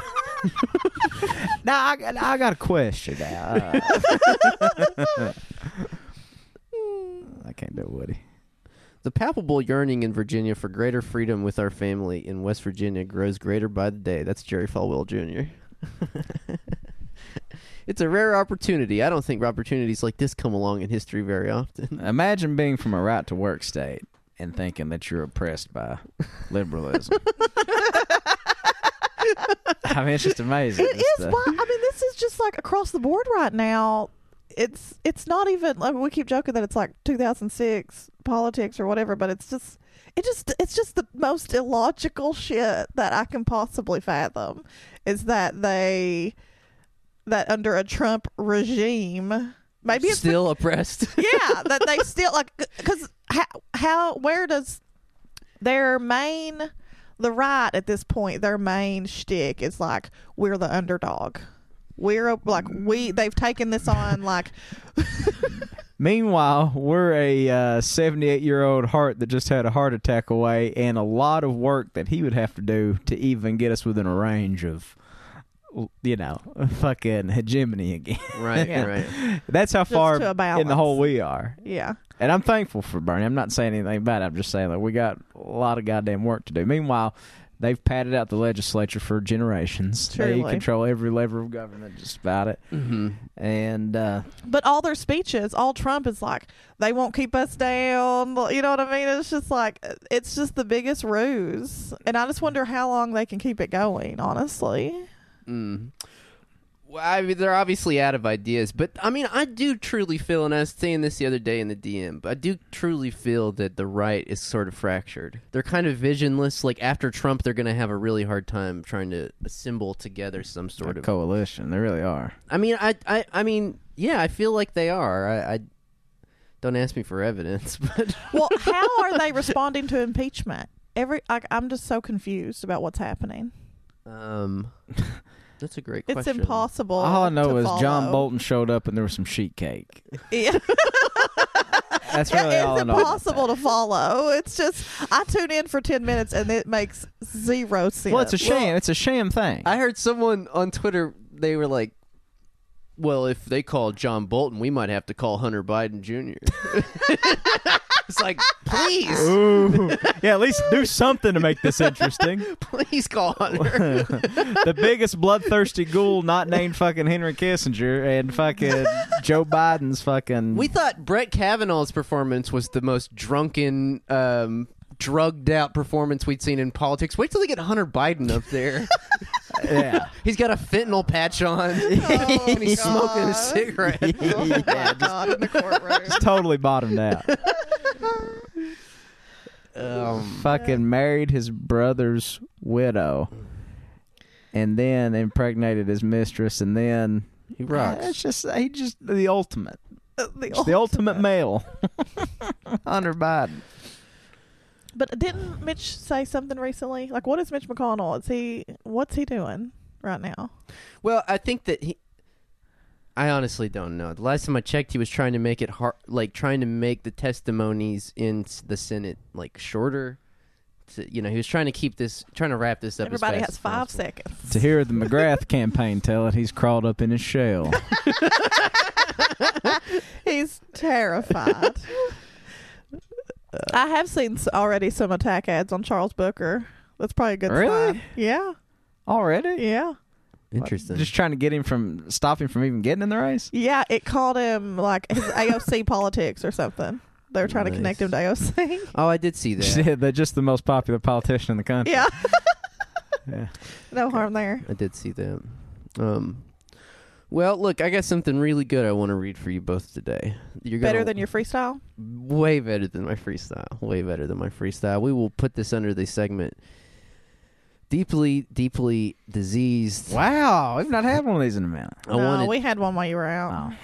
Speaker 3: now I, got- I got a question. Now. Uh, I can't do Woody.
Speaker 1: The palpable yearning in Virginia for greater freedom with our family in West Virginia grows greater by the day. That's Jerry Falwell Jr. it's a rare opportunity. I don't think opportunities like this come along in history very often.
Speaker 3: Imagine being from a right to work state and thinking that you're oppressed by liberalism. I mean, it's just amazing.
Speaker 2: It
Speaker 3: It's uh,
Speaker 2: is
Speaker 3: the-
Speaker 2: why I mean this is just like across the board right now. It's it's not even I mean, we keep joking that it's like 2006 politics or whatever, but it's just it just it's just the most illogical shit that I can possibly fathom is that they that under a Trump regime maybe it's
Speaker 1: still oppressed.
Speaker 2: yeah that they still like because how, how where does their main the right at this point their main shtick is like we're the underdog we're a- like we they've taken this on like
Speaker 3: Meanwhile, we're a 78 year old heart that just had a heart attack away, and a lot of work that he would have to do to even get us within a range of, you know, fucking hegemony again.
Speaker 1: right,
Speaker 2: Yeah.
Speaker 1: right.
Speaker 3: That's how far
Speaker 2: to a
Speaker 3: in
Speaker 2: balance.
Speaker 3: the hole we are.
Speaker 2: yeah
Speaker 3: And I'm thankful for Bernie. I'm not saying anything bad. I'm just saying like we got a lot of goddamn work to do. Meanwhile, they've padded out the legislature for generations. They
Speaker 2: Truly.
Speaker 3: control every lever of government, just about it.
Speaker 1: hmm
Speaker 3: And uh,
Speaker 2: but all their speeches all trump is like they won't keep us down you know what i mean it's just like it's just the biggest ruse and i just wonder how long they can keep it going honestly
Speaker 1: Mm. Well, I mean, they're obviously out of ideas, but I mean, I do truly feel, and I was saying this the other day in the DM, but I do truly feel that the right is sort of fractured. They're kind of visionless. Like after Trump, they're going to have a really hard time trying to assemble together some
Speaker 3: sort
Speaker 1: sort of.
Speaker 3: coalition. They really are.
Speaker 1: I mean, I, I, I mean, yeah, I feel like they are. I, I don't ask me for evidence, but
Speaker 2: well, how are they responding to impeachment? Every I, I'm just so confused about what's happening.
Speaker 1: um, That's a great
Speaker 4: It's
Speaker 1: question.
Speaker 4: impossible.
Speaker 3: All I know
Speaker 4: to
Speaker 3: is John
Speaker 4: follow.
Speaker 3: Bolton showed up and there was some sheet cake.
Speaker 4: Yeah.
Speaker 3: That's really
Speaker 4: it's
Speaker 3: all I know. about
Speaker 4: impossible to follow. It's just I tune in for ten minutes and it makes zero
Speaker 3: that.
Speaker 4: sense.
Speaker 3: Well, it's a sham. it's a sham thing.
Speaker 1: I heard someone on Twitter, they were like, well, if they call John Bolton, we might have to call Hunter Biden Jr. it's like, please,
Speaker 3: Ooh. yeah, at least do something to make this interesting.
Speaker 1: please call Hunter.
Speaker 3: the biggest bloodthirsty ghoul not named fucking Henry Kissinger and fucking Joe Biden's fucking.
Speaker 1: We thought Brett Kavanaugh's performance was the most drunken, um, drugged out performance we'd seen in politics. Wait till they get Hunter Biden up there.
Speaker 3: yeah.
Speaker 1: He's got a fentanyl patch on, and he's smoking a
Speaker 4: God.
Speaker 1: cigarette.
Speaker 4: oh my god in the courtroom.
Speaker 3: It's totally bottomed out.
Speaker 1: Um,
Speaker 3: fucking married his brother's widow and then impregnated his mistress and then
Speaker 1: he
Speaker 3: it's
Speaker 1: rocks.
Speaker 3: just he just the ultimate
Speaker 4: The
Speaker 3: It's the ultimate male hunter biden
Speaker 4: But didn't Mitch say something recently? Like, what is Mitch McConnell? Is he what's he doing right now?
Speaker 1: Well, I think that he. I honestly don't know. The last time I checked, he was trying to make it hard, like trying to make the testimonies in s- the Senate like shorter. To, you know, he was trying to keep this, trying to wrap this up. as
Speaker 4: Everybody
Speaker 1: fast
Speaker 4: has
Speaker 1: as
Speaker 4: five
Speaker 1: possible.
Speaker 4: seconds.
Speaker 3: to hear the mcgrath campaign tell it he's crawled up in his shell
Speaker 4: He's terrified. I have seen s- already some attack ads on Charles Booker. That's probably a good
Speaker 3: Really?
Speaker 4: sign. Yeah,
Speaker 3: already
Speaker 4: yeah,
Speaker 1: Interesting.
Speaker 3: just trying to get him from stop him from even getting in the race
Speaker 4: yeah. It called him like his AOC politics or something. They were trying to connect him to AOC.
Speaker 1: oh, I did see that.
Speaker 3: yeah, they're just the most popular politician in the country
Speaker 4: yeah,
Speaker 3: yeah.
Speaker 4: no harm there.
Speaker 1: I did see that. Um, well, look, I got something really good I want to read for you both today. You're
Speaker 4: Better
Speaker 1: gonna-
Speaker 4: than your freestyle.
Speaker 1: way better than my freestyle. Way better than my freestyle. We will put this under the segment. Deeply, deeply diseased.
Speaker 3: wow we've not had one of these in a minute
Speaker 1: I
Speaker 4: no,
Speaker 1: wanted.
Speaker 4: we had one while you were out.
Speaker 3: oh,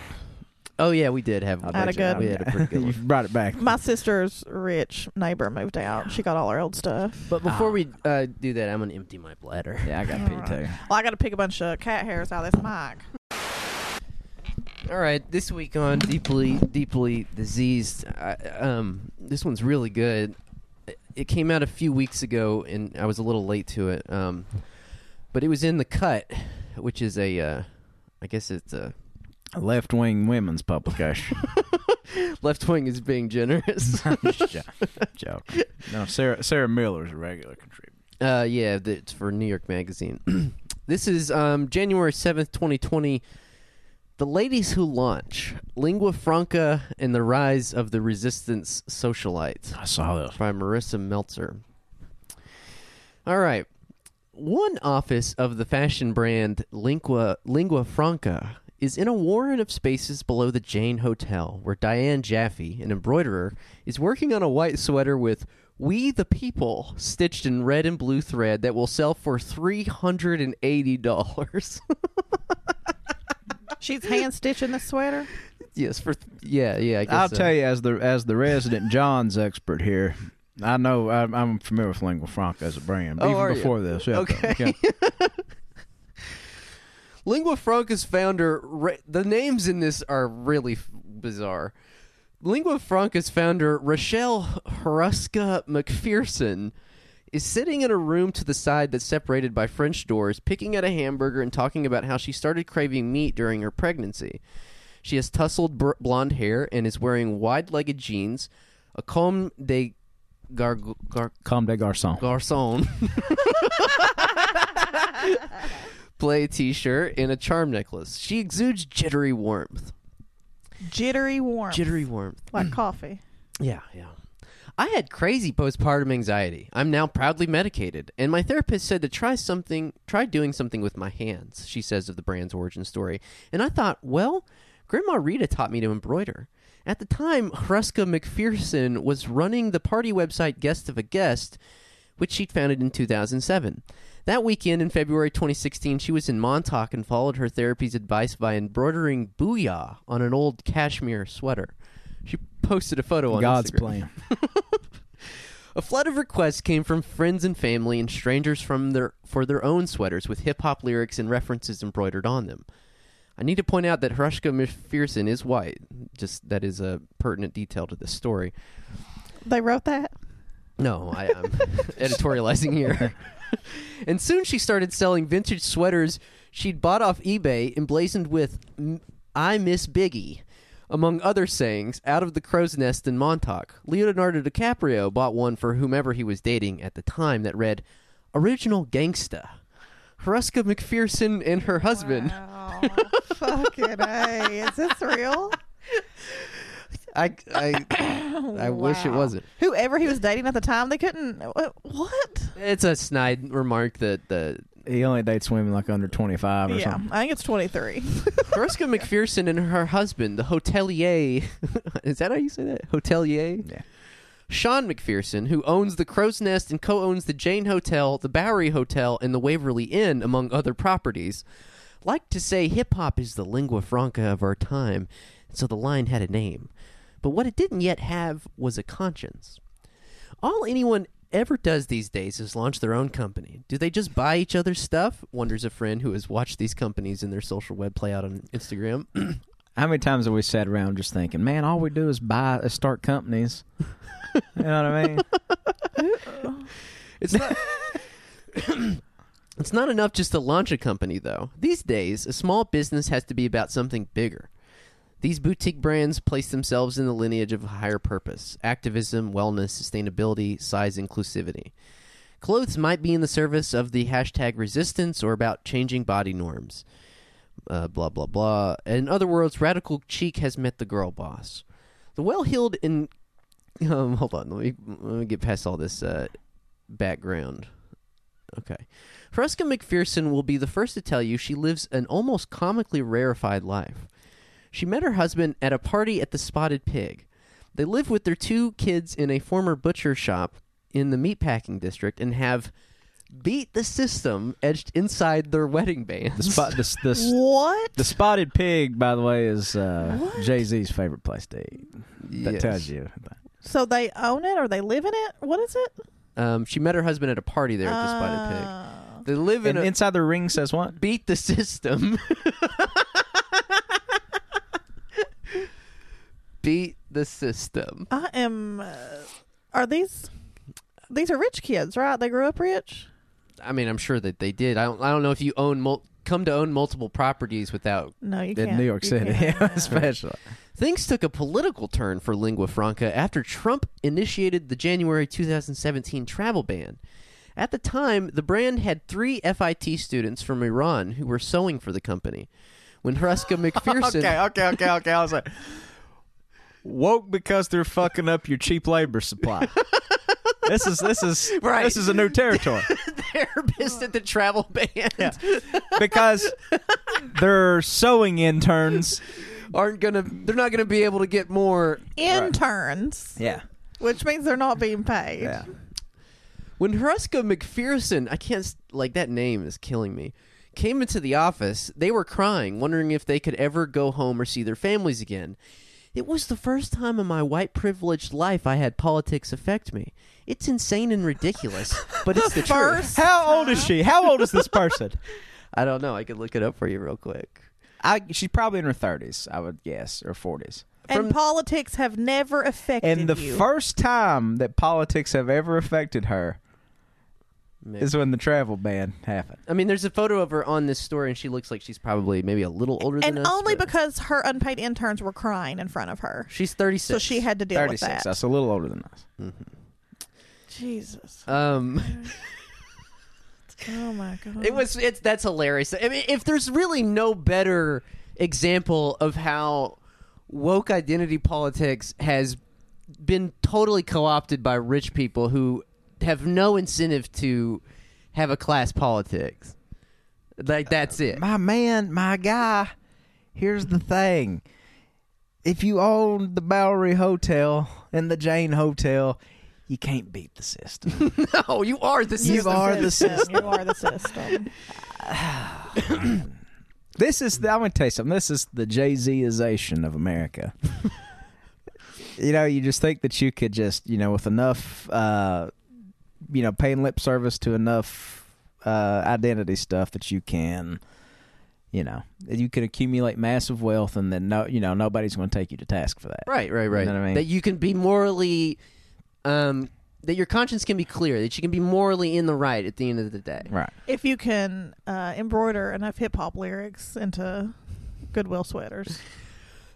Speaker 1: oh yeah, we did have. one.
Speaker 4: had a good-
Speaker 1: We had a pretty good
Speaker 3: you
Speaker 1: one.
Speaker 3: brought it
Speaker 1: Oh.
Speaker 3: back
Speaker 4: My sister's rich neighbor moved out. She got all her old stuff.
Speaker 1: But before
Speaker 3: Ah.
Speaker 1: we uh, do that, I'm gonna empty my bladder.
Speaker 3: yeah i got pee too
Speaker 4: Well, I got to pick a bunch of cat hairs out of this mic.
Speaker 1: All right, this week on Deeply, Deeply Diseased, I, um, this one's really good. It- It came out a few weeks ago, and I was a little late to it, um, but it was in the cut, which is a, uh, I guess it's a
Speaker 3: left wing women's publication.
Speaker 1: left wing is being generous.
Speaker 3: I'm just jo- joking. No, Sarah Sarah Miller's a regular contributor.
Speaker 1: Uh, yeah, th- it's for New York Magazine. this is um, January 7th, 2020. The Ladies Who Launch Lingua Franca and the Rise of the Resistance Socialite
Speaker 3: I saw this.
Speaker 1: by Marissa Meltzer. All right. One office of the fashion brand Lingua, Lingua Franca is in a warren of spaces below the Jane Hotel, where Diane Jaffe, an embroiderer, is working on a white sweater with We the People stitched in red and blue thread that will sell for $380.
Speaker 4: She's hand stitching the sweater.
Speaker 1: yes, for. Th- yeah, yeah, I guess
Speaker 3: I'll
Speaker 1: so.
Speaker 3: tell you, as the as the resident John's expert here, I know I'm, I'm familiar with lingua franca as a brand,
Speaker 1: Oh, are
Speaker 3: even
Speaker 1: you?
Speaker 3: before this. Yeah,
Speaker 1: Okay. Lingua Franca's founder, Ra- the names in this are really f- bizarre. Lingua Franca's founder, Rochelle Haruska McPherson, is sitting in a room to the side that's separated by French doors, picking at a hamburger and talking about how she started craving meat during her pregnancy. She has tousled br- blonde hair and is wearing wide legged jeans, a comme de gar- gar-
Speaker 3: Comme des garçons.
Speaker 1: garçon play t-shirt and a charm necklace she exudes jittery warmth
Speaker 4: Jittery warm.
Speaker 1: jittery warmth
Speaker 4: Like coffee.
Speaker 1: yeah yeah i had crazy postpartum anxiety i'm now proudly medicated and my therapist said to try something try doing something with my hands she says of the brand's origin story and i thought well grandma rita taught me to embroider at the time ruska mcpherson was running the party website guest of a guest which she founded in 2007. That weekend in February 2016, she was in Montauk and followed her therapy's advice by embroidering booyah on an old cashmere sweater. She posted a photo on
Speaker 3: God's
Speaker 1: Instagram.
Speaker 3: plan.
Speaker 1: A flood of requests came from friends and family and strangers from their for their own sweaters with hip hop lyrics and references embroidered on them. I need to point out that Hrushka McPherson is white. Just that is a pertinent detail to this story.
Speaker 4: They wrote that.
Speaker 1: No, I, I'm editorializing here. and soon she started selling vintage sweaters she'd bought off eBay, emblazoned with "M- "I miss Biggie," among other sayings. Out of the crow's nest in Montauk, Leonardo DiCaprio bought one for whomever he was dating at the time that read, "Original Gangsta." Hruska McPherson and her husband.
Speaker 4: Wow. Fucking A. Is this real?
Speaker 1: I, I, I wish it
Speaker 4: Wow.
Speaker 1: wasn't.
Speaker 4: Whoever he was dating at the time, they couldn't. wh- What?
Speaker 1: It's a snide remark that the
Speaker 3: He only dates women like under 25 or
Speaker 4: yeah,
Speaker 3: something.
Speaker 4: I think it's 23.
Speaker 1: Mariska McPherson and her husband, the hotelier. is that how you say that? Hotelier?
Speaker 3: Yeah.
Speaker 1: Sean McPherson, who owns the Crow's Nest and co owns the Jane Hotel, the Bowery Hotel, and the Waverly Inn, among other properties, liked to say hip hop is the lingua franca of our time, and so the line had a name. But what it didn't yet have was a conscience. All anyone ever does these days is launch their own company. Do they just buy each other's stuff? Wonders a friend who has watched these companies in their social web play out on Instagram.
Speaker 3: How many times have we sat around just thinking, man, all we do is buy, uh, start companies? you know what I mean?
Speaker 1: It's not. it's not enough just to launch a company, though. These days, a small business has to be about something bigger. These boutique brands place themselves in the lineage of a higher purpose activism, wellness, sustainability, size, inclusivity. Clothes might be in the service of the hashtag resistance or about changing body norms. Uh, blah, blah, blah. In other words, radical chic has met the girl boss. The well heeled and. Um, hold on, let me, let me get past all this uh, background. Okay. Fresca McPherson will be the first to tell you she lives an almost comically rarefied life. She met her husband at a party at the Spotted Pig. They live with their two kids in a former butcher shop in the meatpacking district and have beat the system etched inside their wedding
Speaker 3: The,
Speaker 1: bands.
Speaker 3: spot, the, the,
Speaker 4: What?
Speaker 3: the spotted pig, by the way, is uh, Jay Z's favorite place to eat. That
Speaker 1: Yes.
Speaker 3: tells you.
Speaker 4: So they own it or they live in it? What is it?
Speaker 1: Um, she met her husband at a party there at the
Speaker 2: Ah,
Speaker 1: Spotted
Speaker 4: Uh,
Speaker 1: Pig. They live in
Speaker 3: And
Speaker 1: a
Speaker 3: inside the ring says what?
Speaker 1: beat the system. beat the system.
Speaker 4: I am. Uh, are these. These are rich kids, right? They grew up rich?
Speaker 1: I mean, I'm sure that they did. I don't. I don't know if you own mul- come to own multiple properties without.
Speaker 4: No, you
Speaker 3: in
Speaker 4: can't.
Speaker 3: New York
Speaker 4: You
Speaker 3: City,
Speaker 4: can't.
Speaker 3: especially.
Speaker 1: Things took a political turn for lingua franca after Trump initiated the January 2017 travel ban. At the time, the brand had three FIT students from Iran who were sewing for the company. When Hruska McPherson,
Speaker 3: okay, okay, okay. I was like, woke because they're fucking up your cheap labor supply. this is this is
Speaker 1: Right.
Speaker 3: this is a new territory
Speaker 1: therapist at the travel ban,
Speaker 3: because they're sewing interns.
Speaker 1: aren't gonna. They're not gonna be able to get more
Speaker 4: Interns,
Speaker 3: Yeah,
Speaker 4: which means they're not being paid.
Speaker 3: yeah.
Speaker 1: When Hruska McPherson, I can't, s- like, that name is killing me, came into the office, they were crying, wondering if they could ever go home or see their families again. It was the first time in my white privileged life I had politics affect me. It's insane and ridiculous, but it's the truth.
Speaker 4: First,
Speaker 3: How old is she? How old is this person?
Speaker 1: I don't know. I could look it up for you real quick.
Speaker 3: I she's probably in her thirties, I would guess, or forties.
Speaker 4: and politics have never affected
Speaker 3: And the
Speaker 4: you.
Speaker 3: first time that politics have ever affected her
Speaker 1: Maybe.
Speaker 3: is when the travel ban happened.
Speaker 1: I mean, there's a photo of her on this story, and she looks like she's probably maybe a little older than
Speaker 4: and
Speaker 1: us.
Speaker 4: only
Speaker 1: but
Speaker 4: because her unpaid interns were crying in front of her,
Speaker 1: she's 36.
Speaker 4: so she had to deal with
Speaker 3: Thirty-six.
Speaker 4: that.
Speaker 3: That's a little older than us.
Speaker 4: Jesus,
Speaker 1: Um.
Speaker 4: oh my god,
Speaker 1: It was it's that's hilarious. I mean, if there's really no better example of how woke identity politics has been totally co-opted by rich people who have no incentive to have a class politics. Like that's it.
Speaker 3: my man, my guy, here's the thing. If you own the Bowery Hotel and the Jane Hotel, you can't beat the system.
Speaker 1: No, you are the
Speaker 3: You
Speaker 1: system.
Speaker 3: are the system.
Speaker 4: you are the system.
Speaker 3: this is, the, I'm going to tell you something. This is the Jay Zization of America. you know, you just think that you could just, you know, with enough, uh, you know, paying lip service to enough uh, identity stuff that you can, you know, that you could accumulate massive wealth, and then no, you know, nobody's going to take you to task for that.
Speaker 1: Right, right, right.
Speaker 3: know what I mean?
Speaker 1: That you can be morally, um, that your conscience can be clear, that you can be morally in the right at the end of the day.
Speaker 3: Right.
Speaker 2: If you can uh, embroider enough hip hop lyrics into Goodwill sweaters,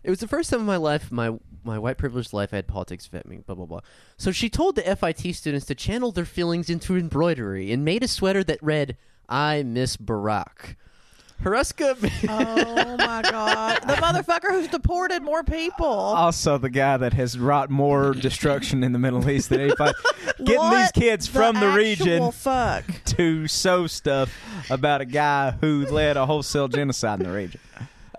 Speaker 1: It was the first time in my life, my my white privileged life, I had politics vet me, blah blah blah. So she told the FIT students to channel their feelings into embroidery and made a sweater that read, "I miss Barack." Haruska,
Speaker 2: oh my god, the motherfucker who's deported more people.
Speaker 3: Also, the guy that has wrought more destruction in the Middle East than anybody, getting these
Speaker 2: What
Speaker 3: kids from the,
Speaker 2: actual
Speaker 3: region
Speaker 2: Fuck.
Speaker 3: to sow stuff about a guy who led a wholesale genocide in the region.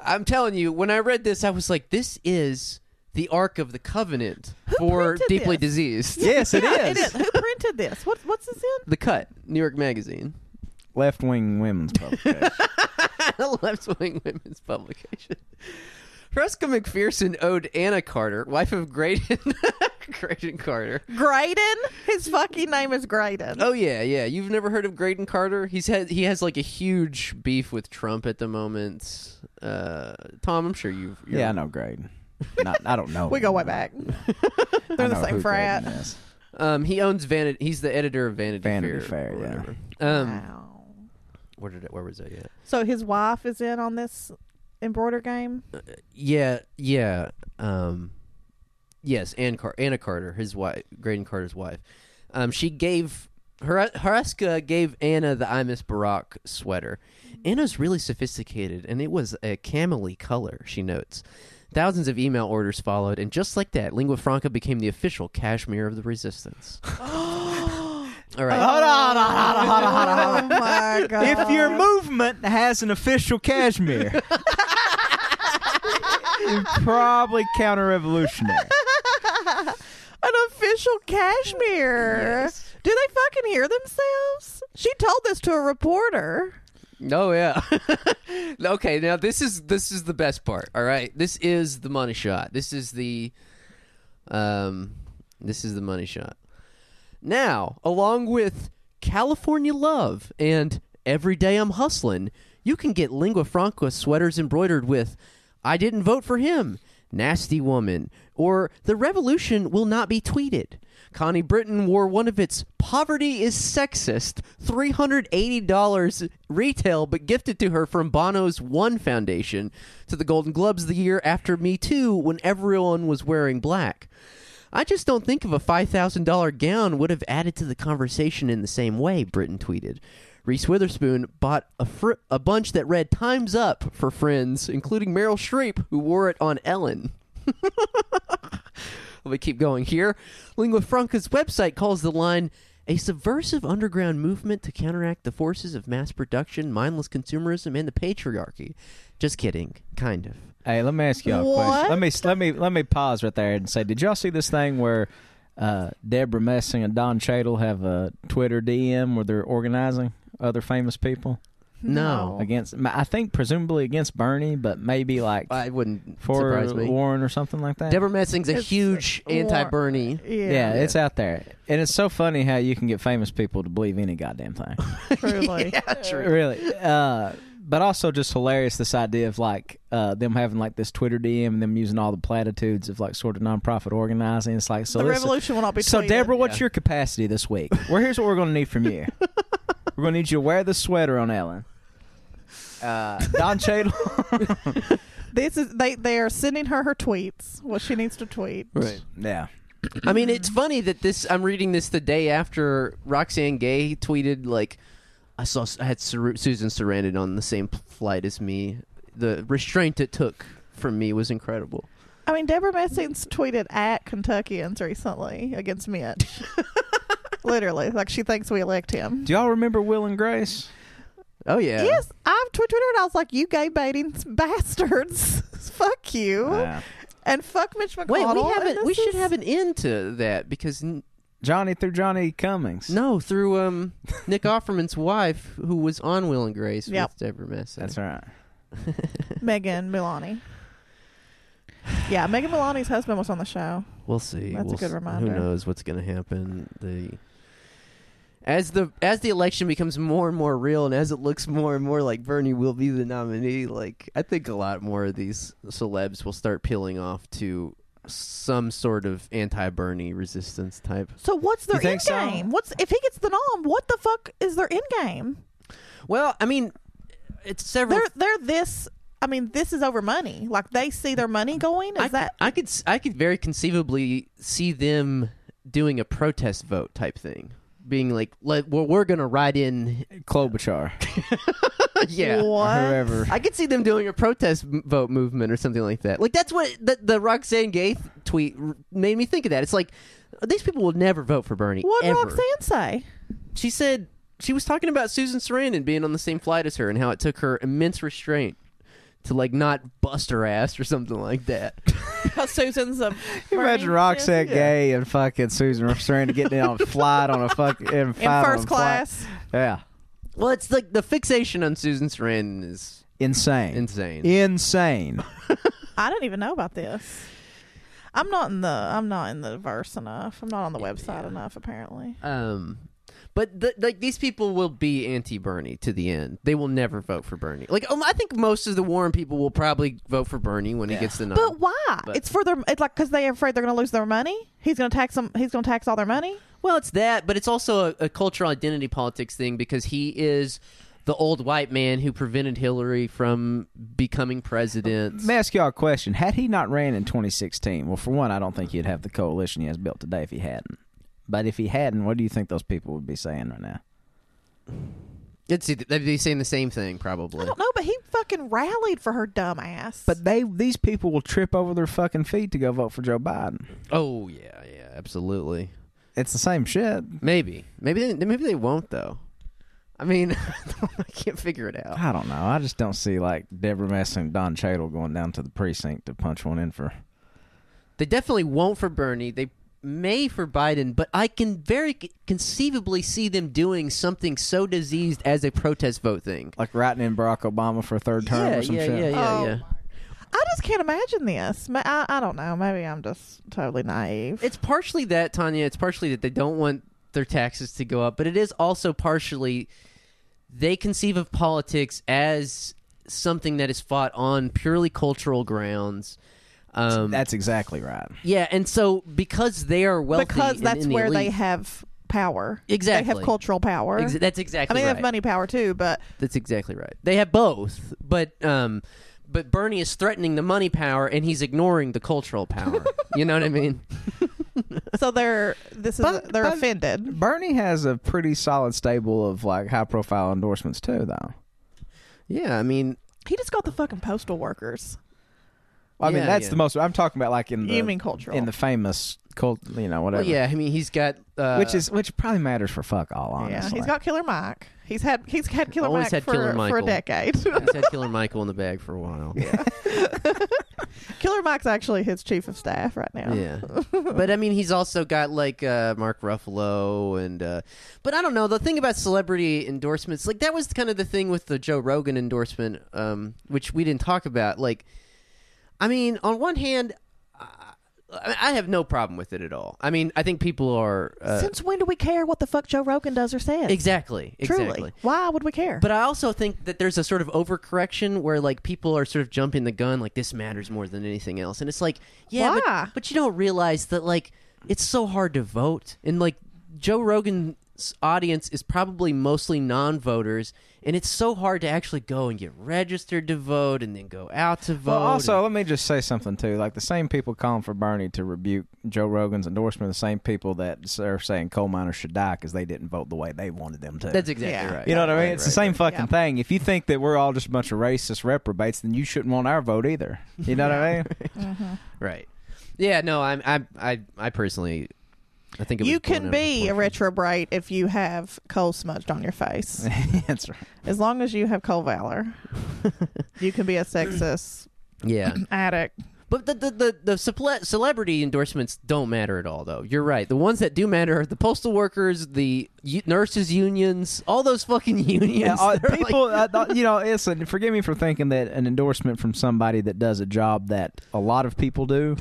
Speaker 1: I'm telling you, when I read this, I was like, "This is the Ark of the Covenant for
Speaker 2: printed
Speaker 1: deeply
Speaker 2: this?
Speaker 1: diseased."
Speaker 3: Yes, it is.
Speaker 2: Yeah, It is. Who printed this? What, what's this in?
Speaker 1: The Cut, New York Magazine,
Speaker 3: Left wing women's publication.
Speaker 1: left wing women's publication. Ruska McPherson owed Anna Carter, wife of Graydon, Graydon Carter.
Speaker 2: Graydon. His fucking name is Graydon.
Speaker 1: Oh yeah, yeah. You've never heard of Graydon Carter? He's had he has like a huge beef with Trump at the moment. Uh, Tom, I'm sure you've you're-
Speaker 3: yeah, I know Graydon. Not, I don't know.
Speaker 2: We
Speaker 3: him.
Speaker 2: go way back.
Speaker 3: I
Speaker 2: They're the
Speaker 3: know
Speaker 2: same
Speaker 3: who
Speaker 2: frat.
Speaker 3: Graydon is.
Speaker 1: Um, he owns Vanity. He's the editor of Vanity,
Speaker 3: Vanity
Speaker 1: Fair.
Speaker 3: Fair,
Speaker 1: or
Speaker 3: yeah.
Speaker 1: whatever. Um,
Speaker 2: wow.
Speaker 1: where did it? Where was it? Yeah.
Speaker 2: So his wife is in on this embroider game.
Speaker 1: Yeah, yeah. Um, yes, Ann Car- Anna Carter, his wife, Graydon Carter's wife. Um, she gave Har- Haruska gave Anna the I Miss Barack sweater. Anna's really sophisticated, and it was a camely color. She notes. Thousands of email orders followed, and just like that, Lingua Franca became the official cashmere of the resistance. All right.
Speaker 3: Hold on, hold on, hold on, hold on, hold on.
Speaker 2: Oh my god!
Speaker 3: If your movement has an official cashmere, you're probably counter revolutionary.
Speaker 2: an official cashmere.
Speaker 1: Yes.
Speaker 2: Do they fucking hear themselves? She told this to a reporter.
Speaker 1: Oh yeah. okay, now this is this is the best part. All right, this is the money shot. This is the, um, this is the money shot. Now, along with California Love and Every Day I'm Hustling, you can get Lingua Franca sweaters embroidered with I didn't vote for him, Nasty Woman, or The Revolution Will Not Be Tweeted. Connie Britton wore one of its Poverty is Sexist $380 retail, but gifted to her from Bono's One Foundation to the Golden Globes the year after Me Too when everyone was wearing black. I just don't think of a $5,000 gown would have added to the conversation in the same way, Britton tweeted. Reese Witherspoon bought a, fr- a bunch that read Time's Up for friends, including Meryl Streep, who wore it on Ellen. Let me keep going here. Lingua Franca's website calls the line a subversive underground movement to counteract the forces of mass production, mindless consumerism, and the patriarchy. Just kidding. Kind of.
Speaker 3: Hey, let me ask y'all a question.
Speaker 2: What?
Speaker 3: Let me let me let me pause right there and say, did y'all see this thing where uh, Deborah Messing and Don Cheadle have a Twitter DM where they're organizing other famous people
Speaker 1: No.
Speaker 3: against? I think presumably against Bernie, but maybe like
Speaker 1: I wouldn't
Speaker 3: for
Speaker 1: surprise me.
Speaker 3: Warren or something like that.
Speaker 1: Deborah Messing's a
Speaker 2: It's
Speaker 1: huge
Speaker 2: war-
Speaker 1: anti-Bernie.
Speaker 3: yeah,
Speaker 2: Yeah,
Speaker 3: it's out there, and it's so funny how you can get famous people to believe any goddamn thing.
Speaker 2: truly.
Speaker 3: really. Uh, but also just hilarious this idea of like uh, them having like this Twitter DM and them using all the platitudes of like sort of nonprofit organizing. It's like so.
Speaker 2: the
Speaker 3: this-
Speaker 2: revolution will not be.
Speaker 3: so
Speaker 2: tweeted.
Speaker 3: Deborah, what's
Speaker 1: Yeah.
Speaker 3: your capacity this week? Well, here's what we're gonna need from you. we're gonna need you to wear the sweater on Ellen. Uh, Don Cheadle.
Speaker 2: This is they. They are sending her her tweets. What she needs to tweet.
Speaker 1: Right.
Speaker 3: yeah.
Speaker 1: I mean, it's funny that this. I'm reading this the day after Roxanne Gay tweeted like, "I saw I had Sur- Susan Sarandon on the same flight as me. The restraint it took from me was incredible."
Speaker 2: I mean, Deborah Messing's tweeted at Kentuckians recently against Mitch. Literally, like she thinks we elect him.
Speaker 3: Do y'all remember Will and Grace?
Speaker 1: Oh yeah.
Speaker 2: Yes, I've tw- tweeted. I was like, "You gay baiting bastards! fuck you!"
Speaker 3: Wow.
Speaker 2: and fuck Mitch McConnell.
Speaker 1: Wait, we have
Speaker 2: and
Speaker 1: not We
Speaker 2: this
Speaker 1: should
Speaker 2: is-
Speaker 1: have an end to that because n-
Speaker 3: Johnny through Johnny Cummings.
Speaker 1: no, through um Nick Offerman's wife who was on Will and Grace
Speaker 2: Yep.
Speaker 1: with Deborah Messing.
Speaker 3: That's right.
Speaker 2: Megan Milani. Yeah, Megan Maloney's husband was on the show.
Speaker 1: We'll see.
Speaker 2: That's a
Speaker 1: We'll
Speaker 2: good
Speaker 1: s-
Speaker 2: reminder.
Speaker 1: Who knows what's going to happen? The as the as the election becomes more and more real, and as it looks more and more like Bernie will be the nominee, like I think a lot more of these celebs will start peeling off to some sort of anti-Bernie resistance type.
Speaker 2: So what's their
Speaker 3: You think
Speaker 2: end
Speaker 3: so?
Speaker 2: game? What's if he gets the nom? What the fuck is their end game?
Speaker 1: Well, I mean, it's several.
Speaker 2: They're they're this. I mean, this is over money. Like they see their money going. Is
Speaker 1: I,
Speaker 2: that
Speaker 1: I could s- I could very conceivably see them doing a protest vote type thing, being like, like "Well, we're going to write in."
Speaker 3: Klobuchar,
Speaker 1: yeah.
Speaker 2: what?
Speaker 3: or whoever.
Speaker 1: I could see them doing a protest m- vote movement or something like that. Like that's what the, the Roxanne Gay th- tweet r- made me think of. That it's like these people will never vote for Bernie.
Speaker 2: What did
Speaker 1: ever.
Speaker 2: Roxanne say?
Speaker 1: She said she was talking about Susan Sarandon being on the same flight as her and how it took her immense restraint to like not bust her ass or something like that.
Speaker 2: How Susan's a
Speaker 3: You imagine Roxanne Gay and fucking Susan Sarandon getting on a flight on a fucking in,
Speaker 2: in first class.
Speaker 3: Yeah,
Speaker 1: Well, it's like the fixation on Susan Sarandon is
Speaker 3: insane,
Speaker 1: insane.
Speaker 3: insane.
Speaker 2: I didn't even know about this. I'm not in the I'm not in the verse enough. I'm not on the website enough. Apparently,
Speaker 1: Um, but th- like these people will be anti-Bernie to the end. They will never vote for Bernie. Like um, I think most of the Warren people will probably vote for Bernie when he gets the nom.
Speaker 2: but why?
Speaker 1: but-
Speaker 2: it's for their it's like because they're afraid they're going to lose their money. He's going to tax them. He's going to tax all their money.
Speaker 1: well, it's that. But it's also a, a cultural identity politics thing because he is the old white man who prevented Hillary from becoming president.
Speaker 3: Let me ask y'all a question. Had he not ran in 2016, well, for one, I don't think he'd have the coalition he has built today if he hadn't. But if he hadn't, what do you think those people would be saying right now?
Speaker 1: It's, they'd be saying the same thing probably.
Speaker 2: I don't know, but he fucking rallied for her dumb ass.
Speaker 3: But they, these people will trip over their fucking feet to go vote for Joe Biden.
Speaker 1: Oh yeah, yeah, absolutely.
Speaker 3: It's the same shit.
Speaker 1: Maybe, maybe, they, maybe they won't though. I mean, I can't figure it out.
Speaker 3: I don't know. I just don't see like Deborah Messing and Don Cheadle going down to the precinct to punch one in for.
Speaker 1: They definitely won't for Bernie. They may for Biden, but I can very c- conceivably see them doing something so diseased as a protest vote thing.
Speaker 3: Like writing in Barack Obama for a third term
Speaker 1: yeah,
Speaker 3: or some
Speaker 1: yeah,
Speaker 3: shit.
Speaker 1: yeah, yeah,
Speaker 2: Oh.
Speaker 1: yeah.
Speaker 2: I just can't imagine this. Ma- I, I don't know. Maybe I'm just totally naive.
Speaker 1: It's partially that, Tanya. It's partially that they don't want their taxes to go up, but it is also partially they conceive of politics as something that is fought on purely cultural grounds. Um,
Speaker 3: That's exactly right.
Speaker 1: yeah, and so because they are wealthy,
Speaker 2: because
Speaker 1: and
Speaker 2: that's
Speaker 1: in the
Speaker 2: where they
Speaker 1: elite-
Speaker 2: have power. They
Speaker 1: Exactly.
Speaker 2: have cultural power.
Speaker 1: Ex- that's
Speaker 2: I
Speaker 1: exactly.
Speaker 2: mean, they
Speaker 1: right.
Speaker 2: have money power too, but
Speaker 1: That's exactly right. They have both, but um, but Bernie is threatening the money power, and he's ignoring the cultural power. you know what I mean?
Speaker 2: so they're this is
Speaker 3: But-
Speaker 2: they're
Speaker 3: but-
Speaker 2: offended.
Speaker 3: Bernie has a pretty solid stable of like high profile endorsements too, though.
Speaker 1: Yeah, I mean,
Speaker 2: He just got the fucking postal workers.
Speaker 3: Well, I mean,
Speaker 1: Yeah,
Speaker 3: that's
Speaker 1: yeah.
Speaker 3: the most I'm talking about, like in the
Speaker 2: you mean cultural?
Speaker 3: in the famous cult, you know, whatever.
Speaker 1: well, yeah, I mean, he's got uh,
Speaker 3: which is which probably matters for fuck all,
Speaker 2: yeah,
Speaker 3: honestly.
Speaker 2: he's got Killer Mike. He's had he's had Killer
Speaker 1: Always
Speaker 2: Mike
Speaker 1: had
Speaker 2: for,
Speaker 1: Killer
Speaker 2: for a
Speaker 1: Michael.
Speaker 2: decade.
Speaker 1: he's had Killer Michael in the bag for a while. Yeah,
Speaker 2: Killer Mike's actually his chief of staff right now.
Speaker 1: but I mean, he's also got like uh, Mark Ruffalo and uh, but I don't know the thing about celebrity endorsements. Like that was kind of the thing with the Joe Rogan endorsement, um, which we didn't talk about. Like, I mean, on one hand. I- I have no problem with it at all. I mean, I think people are uh,
Speaker 2: Since when do we care what the fuck Joe Rogan does or says?
Speaker 1: Exactly.
Speaker 2: Truly,
Speaker 1: Exactly.
Speaker 2: why would we care?
Speaker 1: But I also think that there's a sort of overcorrection where like people are sort of jumping the gun like this matters more than anything else. And it's like, yeah,
Speaker 2: Why?
Speaker 1: but, but you don't realize that like it's so hard to vote and like Joe Rogan's audience is probably mostly non-voters and it's so hard to actually go and get registered to vote and then go out to vote.
Speaker 3: Well, also,
Speaker 1: and-
Speaker 3: let me just say something too. Like the same people calling for Bernie to rebuke Joe Rogan's endorsement, the same people that are saying coal miners should die because they didn't vote the way they wanted them to.
Speaker 1: that's exactly
Speaker 2: Yeah.
Speaker 1: right.
Speaker 3: you know what I mean?
Speaker 1: Right,
Speaker 3: it's
Speaker 1: right,
Speaker 3: the same
Speaker 1: right.
Speaker 3: fucking thing. If you think that we're all just a bunch of racist reprobates, then you shouldn't want our vote either. You know what I mean?
Speaker 1: Right. Yeah, no, I'm I I I personally I think it was
Speaker 2: you
Speaker 1: blown out
Speaker 2: can
Speaker 1: of
Speaker 2: be a
Speaker 1: proportion.
Speaker 2: retrograde if you have coal smudged on your face.
Speaker 3: That's right.
Speaker 2: As long as you have coal valor, you can be a sexist
Speaker 1: Yeah.
Speaker 2: addict.
Speaker 1: But the the the, the suple- celebrity endorsements don't matter at all, though. You're right. The ones that do matter are the postal workers, the u- nurses unions, all those fucking unions.
Speaker 4: Yeah, uh,
Speaker 1: They're like-
Speaker 4: people, I thought- you know, listen, forgive me for thinking that an endorsement from somebody that does a job that a lot of people do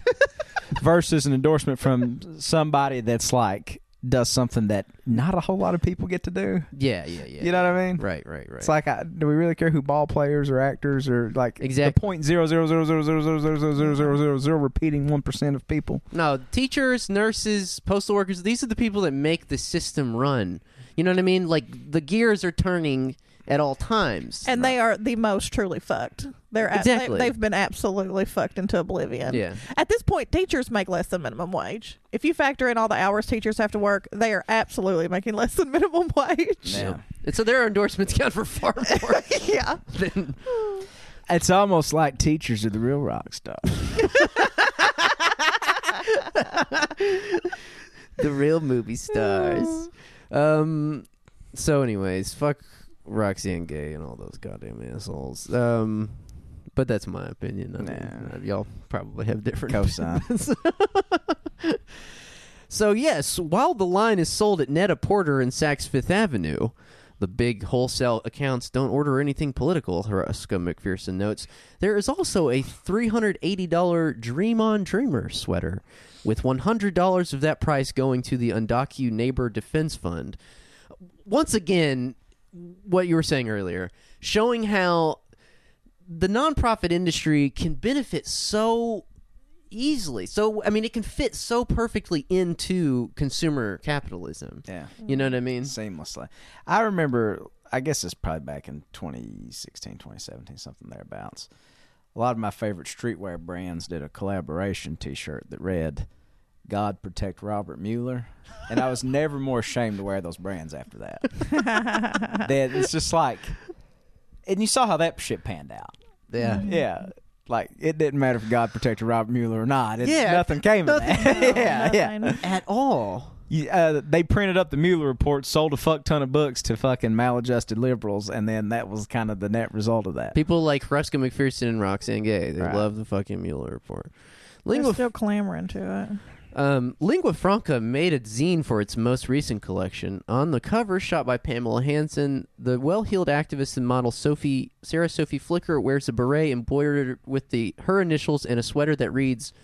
Speaker 4: versus an endorsement from somebody that's like does something that not a whole lot of people get to do.
Speaker 1: yeah, yeah, yeah.
Speaker 4: You know what I mean?
Speaker 1: Right, right, right.
Speaker 4: It's like, I, do we really care who ball players or actors or like
Speaker 1: Exact-
Speaker 4: the point zero zero zero zero zero zero zero zero zero zero zero zero repeating one percent of people?
Speaker 1: No, teachers, nurses, postal workers, these are the people that make the system run. You know what I mean? Like the gears are turning at all times.
Speaker 2: and they are the most truly fucked. They're ab-
Speaker 1: Exactly.
Speaker 2: they, have been absolutely fucked into oblivion.
Speaker 1: Yeah.
Speaker 2: At this point, teachers make less than minimum wage. If you factor in all the hours teachers have to work, they are absolutely making less than minimum wage.
Speaker 4: Yeah.
Speaker 1: So- And so their endorsements count for far more
Speaker 2: yeah.
Speaker 1: than
Speaker 4: It's almost like teachers are the real rock stars.
Speaker 1: the real movie stars. um so anyways, fuck Roxanne Gay and all those goddamn assholes. Um but that's my opinion. I mean,
Speaker 4: Nah.
Speaker 1: uh, y'all probably have different
Speaker 4: Cosign.
Speaker 1: So, yes, while the line is sold at Netta Porter and Saks Fifth Avenue, the big wholesale accounts don't order anything political, Huresca McPherson notes. There is also a $380 Dream On Dreamer sweater, with $100 of that price going to the Undocu Neighbor Defense Fund. Once again, what you were saying earlier, showing how the nonprofit industry can benefit so easily. So I mean, it can fit so perfectly into consumer capitalism.
Speaker 4: yeah.
Speaker 1: You know what I mean?
Speaker 4: seamlessly. I remember, I guess it's probably back in 2016, 2017, something thereabouts. A lot of my favorite streetwear brands did a collaboration t shirt that read, God protect Robert Mueller. And I was never more ashamed to wear those brands after that. that it's just like, and you saw how that shit panned out.
Speaker 1: Yeah.
Speaker 4: Yeah. Like, it didn't matter if God protected Robert Mueller or not. It,
Speaker 1: Yeah.
Speaker 4: Nothing came of that. yeah. Yeah.
Speaker 2: Nothing.
Speaker 1: At all.
Speaker 4: You- uh, they printed up the Mueller report, sold a fuck ton of books to fucking maladjusted liberals, and then that was kind of the net result of that.
Speaker 1: People like Ruska McPherson and Roxanne Gay, they
Speaker 4: Right.
Speaker 1: love the fucking Mueller report.
Speaker 2: They're
Speaker 1: Lingua,
Speaker 2: still clamoring to it.
Speaker 1: um, Lingua Franca made a zine for its most recent collection. On the cover, shot by Pamela Hansen, the well-heeled activist and model Sophie Sarah Sophie Flicker wears a beret embroidered with the her initials and a sweater that reads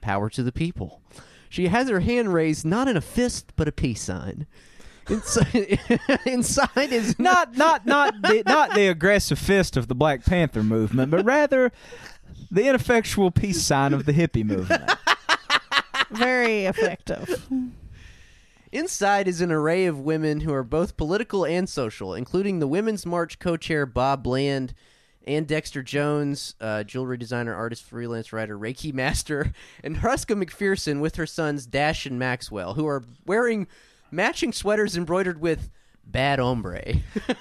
Speaker 1: power to the people. She has her hand raised, not in a fist, but a peace sign. Inside, inside is
Speaker 4: Not, not, not, the, not the aggressive fist of the Black Panther movement, but rather the ineffectual peace sign of the hippie movement.
Speaker 2: Very effective.
Speaker 1: Inside is an array of women who are both political and social, including the Women's March co chair Bob Bland and Dexter Jones, uh, jewelry designer, artist, freelance writer, Reiki master, and Ruska McPherson with her sons Dash and Maxwell, who are wearing matching sweaters embroidered with bad hombre.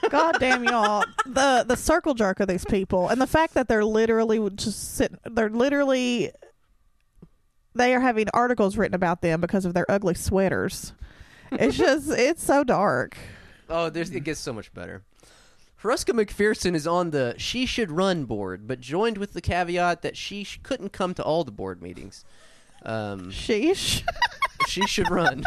Speaker 2: God damn y'all. The the circle jerk of these people and the fact that they're literally just sitting they're literally they are having articles written about them because of their ugly sweaters. It's just it's so dark.
Speaker 1: Oh, there's, it gets so much better. Ruska McPherson is on the She Should Run board, but joined with the caveat that she sh- couldn't come to all the board meetings. Um,
Speaker 2: Sheesh.
Speaker 1: she should run.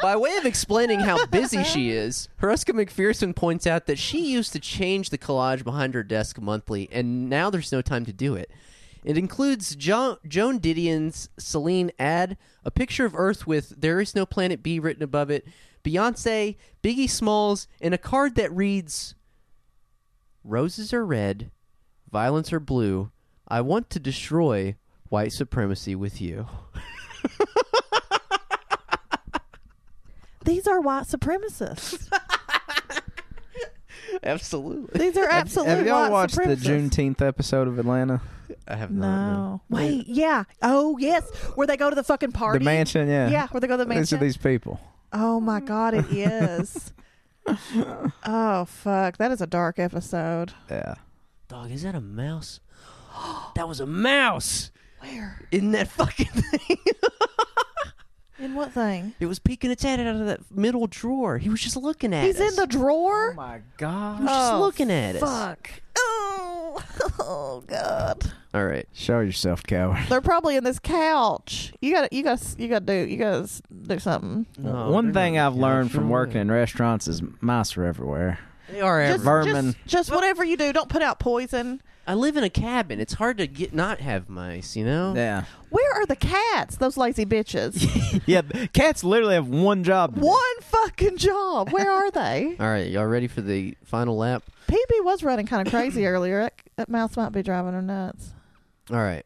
Speaker 1: By way of explaining how busy she is, Haruska McPherson points out that she used to change the collage behind her desk monthly, and now there's no time to do it. It includes jo- Joan Didion's Celine ad, a picture of Earth with There Is No Planet B written above it, Beyonce, Biggie Smalls, and a card that reads Roses are red, violets are blue. I want to destroy white supremacy with you.
Speaker 2: These are white supremacists.
Speaker 1: Absolutely.
Speaker 2: These are
Speaker 4: Have,
Speaker 2: absolute
Speaker 4: y'all
Speaker 2: white
Speaker 4: watched the
Speaker 2: supremacists.
Speaker 4: Juneteenth episode of Atlanta?
Speaker 1: I have
Speaker 2: No. Wait, yeah. Oh yes. Where they go to the fucking party.
Speaker 4: The mansion, yeah.
Speaker 2: Yeah, where they go to the
Speaker 4: These are
Speaker 2: mansion.
Speaker 4: these people.
Speaker 2: Oh my god, it is. oh fuck. That is a dark episode.
Speaker 4: Yeah.
Speaker 1: Dog, is that a mouse? that was a mouse
Speaker 2: Where?
Speaker 1: in that fucking thing.
Speaker 2: In what thing?
Speaker 1: it was peeking its head out of that middle drawer. He was just looking at
Speaker 2: He's
Speaker 1: us.
Speaker 2: in the drawer.
Speaker 4: Oh, my
Speaker 1: He
Speaker 4: God.
Speaker 1: was just
Speaker 2: Oh,
Speaker 1: looking at us.
Speaker 2: Fuck. Oh. oh God.
Speaker 1: All right.
Speaker 4: Show yourself, coward.
Speaker 2: They're probably in this couch. You gotta, you gotta, you gotta do, you gotta s- do something.
Speaker 1: No,
Speaker 4: One
Speaker 1: they're
Speaker 4: thing
Speaker 1: not
Speaker 4: I've learned from
Speaker 1: natural.
Speaker 4: working in restaurants is mice are everywhere.
Speaker 1: They are
Speaker 2: Just,
Speaker 1: everywhere.
Speaker 4: Vermin.
Speaker 2: just, just whatever you do, don't put out poison.
Speaker 1: I live in a cabin. It's hard to get not have mice, you know?
Speaker 4: Yeah,
Speaker 2: Where are the cats? Those lazy bitches.
Speaker 4: yeah. Cats literally have one job.
Speaker 2: One fucking job. Where are they?
Speaker 1: All right, y'all ready for the final lap?
Speaker 2: PB was running kind of crazy earlier. That, that mouse might be driving her nuts.
Speaker 1: All right.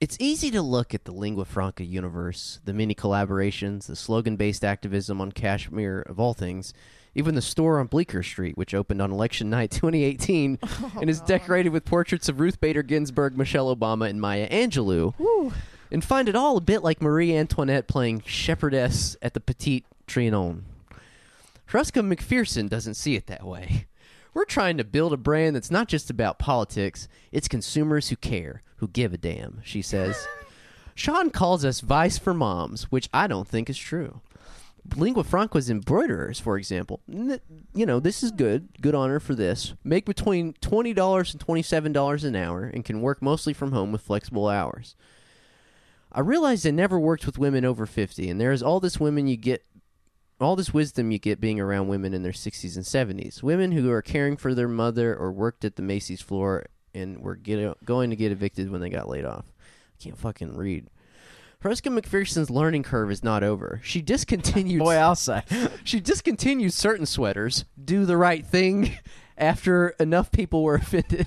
Speaker 1: It's easy to look at the lingua franca universe, the many collaborations, the slogan based activism on Kashmir, of all things, even the store on Bleecker Street, which opened on election night 2018 and
Speaker 2: Oh,
Speaker 1: is decorated with portraits of Ruth Bader Ginsburg, Michelle Obama, and Maya Angelou,
Speaker 2: Woo.
Speaker 1: and find it all a bit like Marie Antoinette playing shepherdess at the Petit Trianon. Ruska McPherson doesn't see it that way. We're trying to build a brand that's not just about politics, it's consumers who care, who give a damn, she says. Sean calls us Vice for Moms, which I don't think is true. Lingua Franca's embroiderers, for example, n- you know, this is good, good honor for this, make between $20 and $27 an hour and can work mostly from home with flexible hours. I realized I never worked with women over 50, and there is all this women you get all this wisdom you get being around women in their 60s and 70s. Women who are caring for their mother or worked at the Macy's floor and were get, going to get evicted when they got laid off. I can't fucking read. Hruska McPherson's learning curve is not over. She discontinued
Speaker 4: Boy, I'll say.
Speaker 1: she discontinued certain sweaters, do the right thing, after enough people were offended.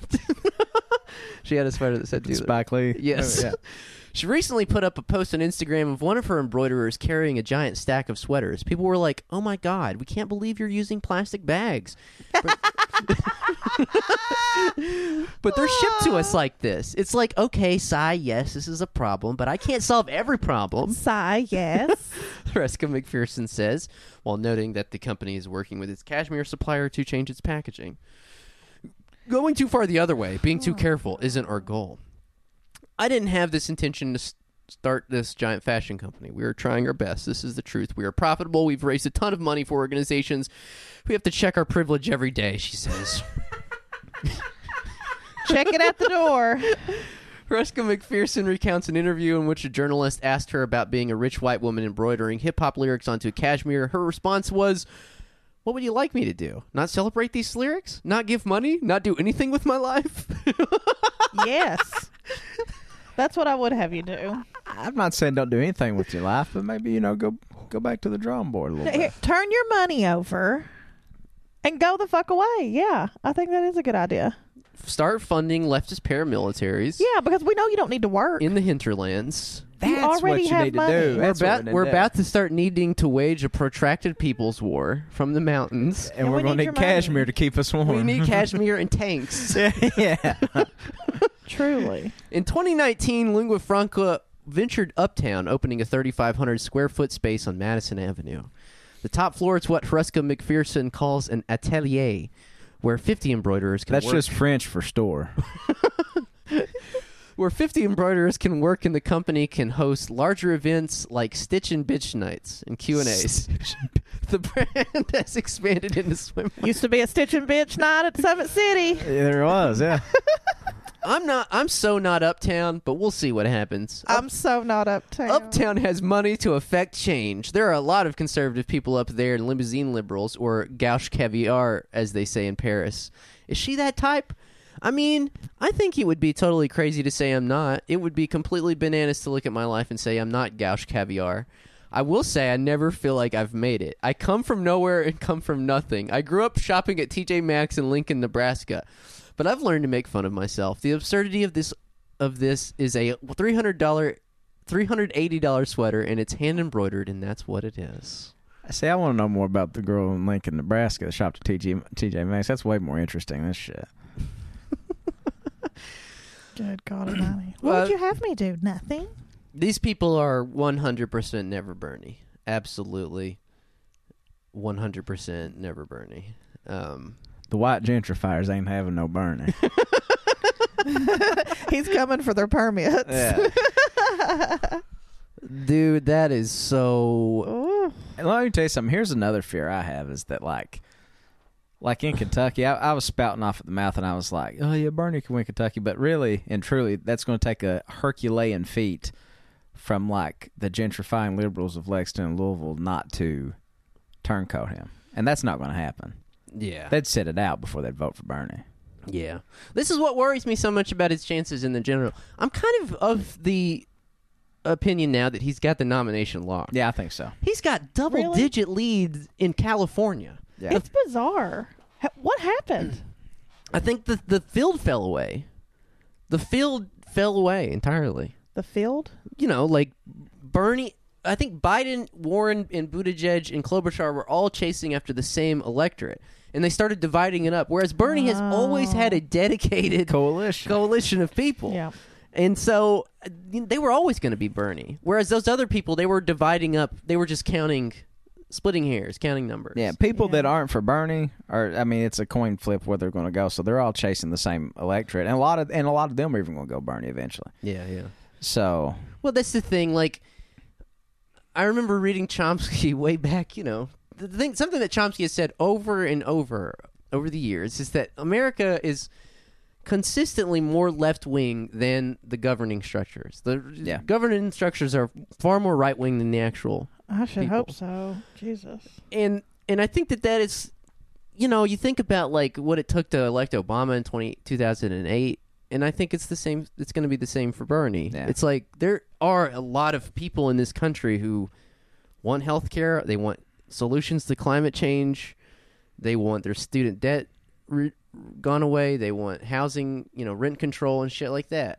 Speaker 1: she had a sweater that said do the
Speaker 4: Spike Lee.
Speaker 1: Yes.
Speaker 4: Oh, yeah.
Speaker 1: She recently put up a post on Instagram of one of her embroiderers carrying a giant stack of sweaters. People were like, "Oh my god, we can't believe you're using plastic bags." But, but they're shipped to us like this. It's like, "Okay, sigh, yes, this is a problem, but I can't solve every problem."
Speaker 2: Sigh, yes.
Speaker 1: Reska McPherson says, while noting that the company is working with its cashmere supplier to change its packaging. Going too far the other way, being too careful, isn't our goal. I didn't have this intention to s- start this giant fashion company. We are trying our best. This is the truth. We are profitable. We've raised a ton of money for organizations. We have to check our privilege every day, she says.
Speaker 6: Check it at the door.
Speaker 1: Ruska McPherson recounts an interview in which a journalist asked her about being a rich white woman embroidering hip hop lyrics onto cashmere. Her response was, What would you like me to do? Not celebrate these lyrics? Not give money? Not do anything with my life?
Speaker 6: yes. That's what I would have you do.
Speaker 4: I'm not saying don't do anything with your life, but maybe you know go go back to the drawing board a little
Speaker 2: Here,
Speaker 4: bit.
Speaker 2: turn your money over and go the fuck away. Yeah, I think that is a good idea.
Speaker 1: Start funding leftist paramilitaries
Speaker 2: Yeah, because we know you don't need to work.
Speaker 1: in the hinterlands.
Speaker 2: You already have money. We're
Speaker 4: That's
Speaker 1: we're
Speaker 4: what
Speaker 1: about,
Speaker 4: we need
Speaker 1: we're
Speaker 4: to do.
Speaker 1: about to start needing to wage a protracted people's war from the mountains.
Speaker 4: and,
Speaker 2: we
Speaker 4: we're
Speaker 2: need
Speaker 4: gonna
Speaker 2: your
Speaker 4: need
Speaker 2: money.
Speaker 4: cashmere to keep us warm.
Speaker 1: We need cashmere and tanks.
Speaker 4: yeah.
Speaker 2: Truly.
Speaker 1: In 2019, Lingua Franca ventured uptown, opening a 3,500 square foot space on Madison Avenue. The top floor is what Fresca McPherson calls an atelier, where 50 embroiderers can
Speaker 4: That's
Speaker 1: work.
Speaker 4: just French for store.
Speaker 1: where 50 embroiderers can work, and the company can host larger events like Stitch and Bitch Nights and Q and A's. the brand has expanded into swim.
Speaker 2: Used to be a stitching bitch night at Summit City.
Speaker 4: there was, yeah.
Speaker 1: I'm not. I'm so not uptown, but we'll see what happens.
Speaker 2: I'm so not uptown.
Speaker 1: Uptown has money to affect change. There are a lot of conservative people up there and limousine liberals, or gauche caviar, as they say in Paris. Is she that type? I mean, I think it would be totally crazy to say I'm not. It would be completely bananas to look at my life and say I'm not gauche caviar. I will say I never feel like I've made it. I come from nowhere and come from nothing. I grew up shopping at TJ Maxx in Lincoln, Nebraska. But I've learned to make fun of myself. The absurdity of this of this is a three hundred dollar three hundred eighty dollar sweater, and it's hand embroidered, and that's what it is.
Speaker 4: See, I want to know more about the girl in Lincoln, Nebraska that shopped at TG, TJ Maxx. That's way more interesting than this shit.
Speaker 2: Good God Almighty. What
Speaker 1: Well-
Speaker 2: would you have me do? Nothing.
Speaker 1: These people are one hundred percent never Bernie. Absolutely, one hundred percent never Bernie. Um,
Speaker 4: The white gentrifiers ain't having no burning.
Speaker 2: He's coming for their permits.
Speaker 4: yeah.
Speaker 1: dude, that is so.
Speaker 2: Ooh.
Speaker 4: And let me tell you something. Here's another fear I have is that like
Speaker 3: like in Kentucky, I, I was spouting off at the mouth, and I was like, "Oh yeah, Bernie can win Kentucky," but really and truly, that's going to take a Herculean feat from like the gentrifying liberals of Lexington and Louisville not to turncoat him, and that's not going to happen.
Speaker 1: Yeah.
Speaker 3: They'd sit it out before they'd vote for Bernie.
Speaker 1: Yeah. This is what worries me so much about his chances in the general. I'm kind of of the opinion now that he's got the nomination locked.
Speaker 3: Yeah, I think so.
Speaker 1: He's got double
Speaker 2: Really?
Speaker 1: digit leads in California.
Speaker 3: Yeah,
Speaker 2: It's bizarre. Ha- What happened?
Speaker 1: I think the the field fell away. The field fell away entirely.
Speaker 2: The field?
Speaker 1: You know, like Bernie I think Biden, Warren, and Buttigieg and Klobuchar were all chasing after the same electorate, and they started dividing it up. Whereas Bernie has always had a dedicated
Speaker 3: coalition.
Speaker 1: coalition of people.
Speaker 2: Yeah.
Speaker 1: And so uh, they were always going to be Bernie. Whereas those other people, they were dividing up. They were just counting, splitting hairs, counting numbers.
Speaker 3: Yeah, people
Speaker 2: Yeah.
Speaker 3: that aren't for Bernie are I mean it's a coin flip where they're going to go. So they're all chasing the same electorate and a lot of and a lot of them are even going to go Bernie eventually.
Speaker 1: Yeah, yeah.
Speaker 3: So,
Speaker 1: Well, that's the thing. Like, I remember reading Chomsky way back. You know, the thing, something that Chomsky has said over and over over the years is that America is consistently more left wing than the governing structures. The
Speaker 3: Yeah.
Speaker 1: governing structures are far more right wing than the actual
Speaker 2: I should
Speaker 1: People.
Speaker 2: hope so. Jesus.
Speaker 1: and and I think that that is, you know, you think about like what it took to elect Obama in 20, 2008, and I think it's the same. It's going to be the same for Bernie.
Speaker 3: Yeah.
Speaker 1: It's like there are a lot of people in this country who want health care. They want solutions to climate change. They want their student debt re- gone away. They want housing, you know, rent control and shit like that.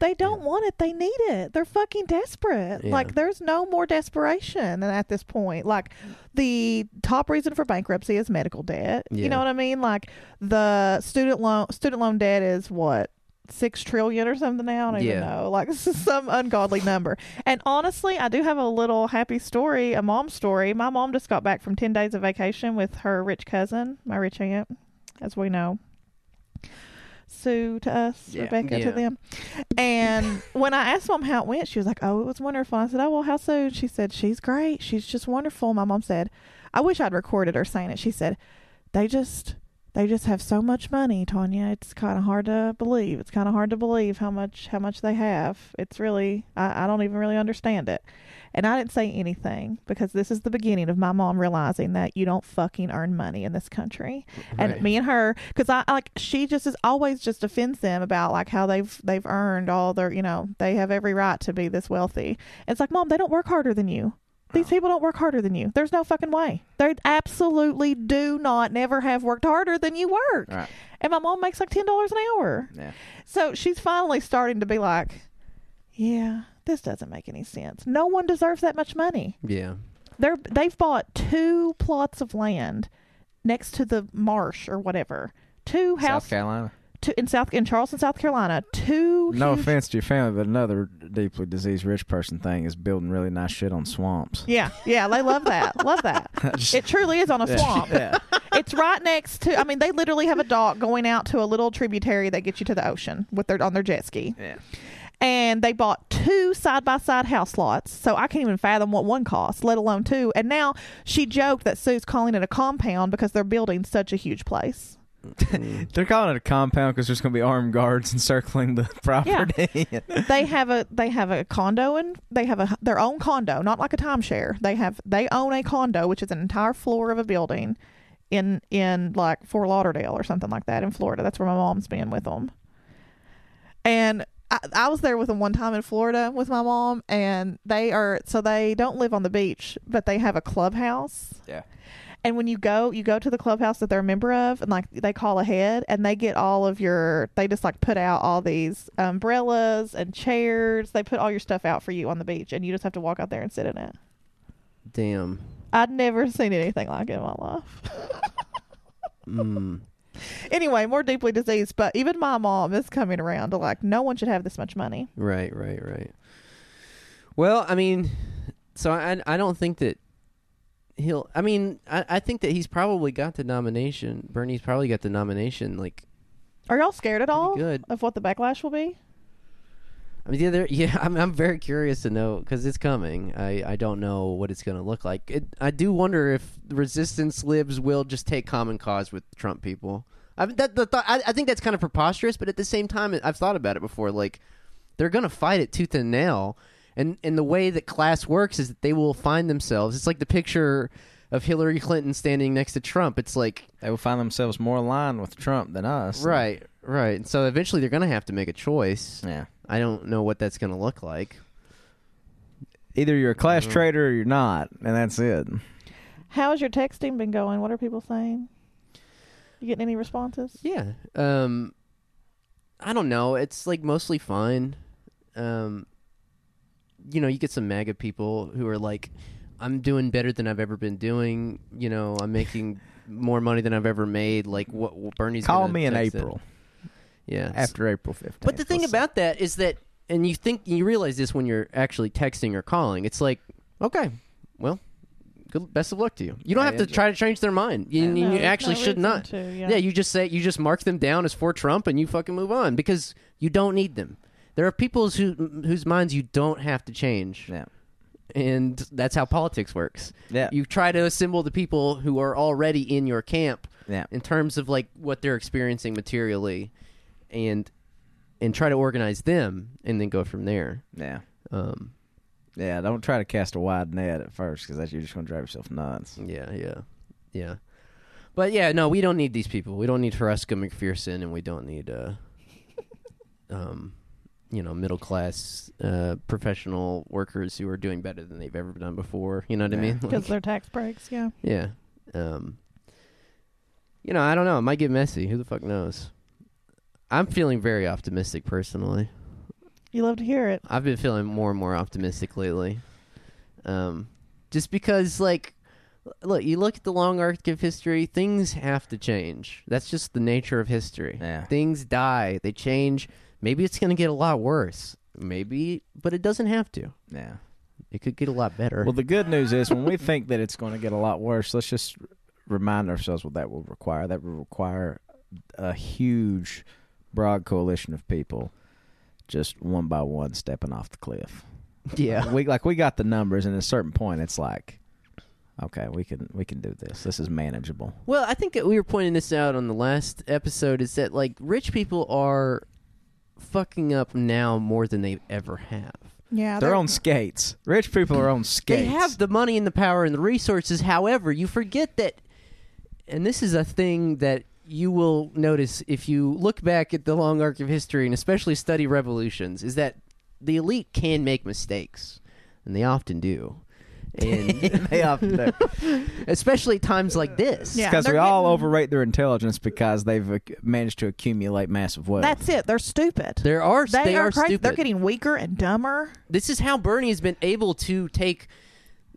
Speaker 2: They don't want it. They need it. They're fucking desperate.
Speaker 1: Yeah.
Speaker 2: Like there's no more desperation than at this point. Like the top reason for bankruptcy is medical debt.
Speaker 1: Yeah.
Speaker 2: You know what I mean? Like the student loan student loan debt is what six trillion or something now. I don't even
Speaker 1: Yeah.
Speaker 2: know. Like this is some ungodly number. And honestly, I do have a little happy story, a mom story. My mom just got back from ten days of vacation with her rich cousin, my rich aunt, as we know. Sue to us,
Speaker 1: Yeah.
Speaker 2: Rebecca
Speaker 1: Yeah.
Speaker 2: to them. And when I asked mom how it went, she was like, "Oh, it was wonderful." I said, "Oh, well, how so?" She said, "She's great. She's just wonderful." My mom said, "I wish I'd recorded her saying it." She said, "They just, they just have so much money, Tanya. It's kind of hard to believe. It's kind of hard to believe how much, how much they have. It's really, I, I don't even really understand it." And I didn't say anything because this is the beginning of my mom realizing that you don't fucking earn money in this country.
Speaker 1: Right.
Speaker 2: And me and her, because I I, like, she just is always just offends them about like how they've they've earned all their, you know, they have every right to be this wealthy. And it's like, mom, they don't work harder than you. These people don't work harder than you. There's no fucking way. They absolutely do not, never have worked harder than you work.
Speaker 3: Right.
Speaker 2: And my mom makes like ten dollars an hour.
Speaker 3: yeah.
Speaker 2: So she's finally starting to be like, yeah, this doesn't make any sense. No one deserves that much money.
Speaker 1: Yeah,
Speaker 2: They're they've bought two plots of land next to the marsh or whatever. Two
Speaker 3: South
Speaker 2: house
Speaker 3: Carolina.
Speaker 2: two, in South in Charleston, South Carolina. Two
Speaker 3: No
Speaker 2: huge-
Speaker 3: offense to your family, but another deeply diseased rich person thing is building really nice shit on swamps.
Speaker 2: Yeah, yeah, they love that. love that. It truly is on a swamp.
Speaker 3: Yeah.
Speaker 2: It's right next to. I mean, they literally have a dock going out to a little tributary that gets you to the ocean with their on their jet ski.
Speaker 3: Yeah.
Speaker 2: and they bought two side by side house lots. So I can't even fathom what one cost, let alone two. And now she joked that Sue's calling it a compound because they're building such a huge place.
Speaker 1: Mm,
Speaker 3: They're calling it a compound cuz there's going to be armed guards encircling the property.
Speaker 2: they have a they have a condo and they have a their own condo, not like a timeshare. They have they own a condo, which is an entire floor of a building in in like Fort Lauderdale or something like that in Florida. That's where my mom's been with them. And I, I was there with them one time in Florida with my mom, and they are so they don't live on the beach, but they have a clubhouse.
Speaker 3: Yeah.
Speaker 2: And when you go, you go to the clubhouse that they're a member of, and like they call ahead, and they get all of your. They just like put out all these umbrellas and chairs. They put all your stuff out for you on the beach, and you just have to walk out there and sit in it.
Speaker 1: damn.
Speaker 2: I'd never seen anything like it in my life.
Speaker 1: Mm.
Speaker 2: anyway, more deeply diseased, but even my mom is coming around to like, no one should have this much money.
Speaker 1: Right, right, right. Well, I mean, so I I don't think that he'll. I mean, I, I think that he's probably got the nomination. Bernie's probably got the nomination. Like,
Speaker 2: Are y'all scared at all
Speaker 1: good.
Speaker 2: of what the backlash will be?
Speaker 1: I mean, the other, yeah, I'm, I'm very curious to know because it's coming. I, I don't know what it's going to look like. It, I do wonder if resistance libs will just take common cause with Trump people. I mean, that the thought, I, I think that's kind of preposterous, but at the same time, I've thought about it before. Like, they're going to fight it tooth and nail, and and the way that class works is that they will find themselves. It's like the picture of Hillary Clinton standing next to Trump. It's like
Speaker 4: They will find themselves more aligned with Trump than us.
Speaker 1: right, right, and so eventually they're going to have to make a choice.
Speaker 4: Yeah.
Speaker 1: I don't know what that's going to look like.
Speaker 4: Either you're a
Speaker 3: Mm-hmm.
Speaker 4: class traitor or you're not, and that's it.
Speaker 2: How's your texting been going? What are people saying? You getting any responses?
Speaker 1: Yeah. Um I don't know. It's like mostly fine. Um you know, you get some MAGA people who are like I'm doing better than I've ever been doing, you know, I'm making more money than I've ever made like what what Bernie's
Speaker 4: Call
Speaker 1: gonna
Speaker 4: me in
Speaker 1: text it.
Speaker 4: April
Speaker 1: Yeah. it's-
Speaker 4: after April 15th.
Speaker 1: But the thing
Speaker 4: Let's-
Speaker 1: about that is that and you think you realize this when you're actually texting or calling. It's like, okay, well, good best of luck to you. You don't
Speaker 4: Yeah,
Speaker 1: have to
Speaker 4: it's-
Speaker 1: try to change their mind. You, you-
Speaker 2: No,
Speaker 1: you
Speaker 2: there's
Speaker 1: actually
Speaker 2: no
Speaker 1: should
Speaker 2: reason
Speaker 1: not.
Speaker 2: to, yeah.
Speaker 1: Yeah. you just say you just mark them down as for Trump and you fucking move on because you don't need them. There are people who whose minds you don't have to change,
Speaker 4: yeah,
Speaker 1: and that's how politics works.
Speaker 4: yeah,
Speaker 1: You try to assemble the people who are already in your camp
Speaker 4: yeah.
Speaker 1: in terms of like what they're experiencing materially, and and try to organize them, and then go from there.
Speaker 4: Yeah.
Speaker 1: Um,
Speaker 4: Yeah. Don't try to cast a wide net at first because you're just going to drive yourself nuts.
Speaker 1: Yeah, yeah, yeah. But yeah, no, we don't need these people. We don't need Huresca McPherson, and we don't need, uh, um, you know, middle class uh, professional workers who are doing better than they've ever done before. You know what I
Speaker 4: Yeah.
Speaker 1: mean?
Speaker 2: Because
Speaker 1: Like,
Speaker 2: they're tax breaks, yeah.
Speaker 1: yeah. Um, you know, I don't know. It might get messy. Who the fuck knows? I'm feeling very optimistic personally.
Speaker 2: You love to hear it.
Speaker 1: I've been feeling more and more optimistic lately. Um, just because, like, look, you look at the long arc of history, things have to change. That's just the nature of history.
Speaker 4: Yeah.
Speaker 1: Things die, they change. Maybe it's going to get a lot worse. Maybe, but it doesn't have to.
Speaker 4: Yeah.
Speaker 1: It could get a lot better.
Speaker 4: Well, the good news is when we think that it's going to get a lot worse, let's just r- remind ourselves what that will require. That will require a huge, broad coalition of people, just one by one stepping off the cliff.
Speaker 1: yeah.
Speaker 4: We like we got the numbers, and at a certain point, it's like, okay, we can we can do this. This is manageable.
Speaker 1: Well, I think that we were pointing this out on the last episode is that, like, rich people are fucking up now more than they ever have.
Speaker 2: Yeah.
Speaker 4: They're on skates. Rich people are on skates.
Speaker 1: They have the money and the power and the resources. However, you forget that, and this is a thing that you will notice if you look back at the long arc of history and especially study revolutions, is that the elite can make mistakes, and they often do. And
Speaker 4: They have to do.
Speaker 1: especially times like this.
Speaker 2: Yeah.
Speaker 4: because
Speaker 2: they're
Speaker 4: we all
Speaker 2: getting-
Speaker 4: overrate their intelligence because they've ac- managed to accumulate massive wealth.
Speaker 2: That's it. They're stupid.
Speaker 1: There are
Speaker 2: They
Speaker 1: they, are,
Speaker 2: crazy.
Speaker 1: stupid.
Speaker 2: They're getting weaker and dumber.
Speaker 1: this is how Bernie has been able to take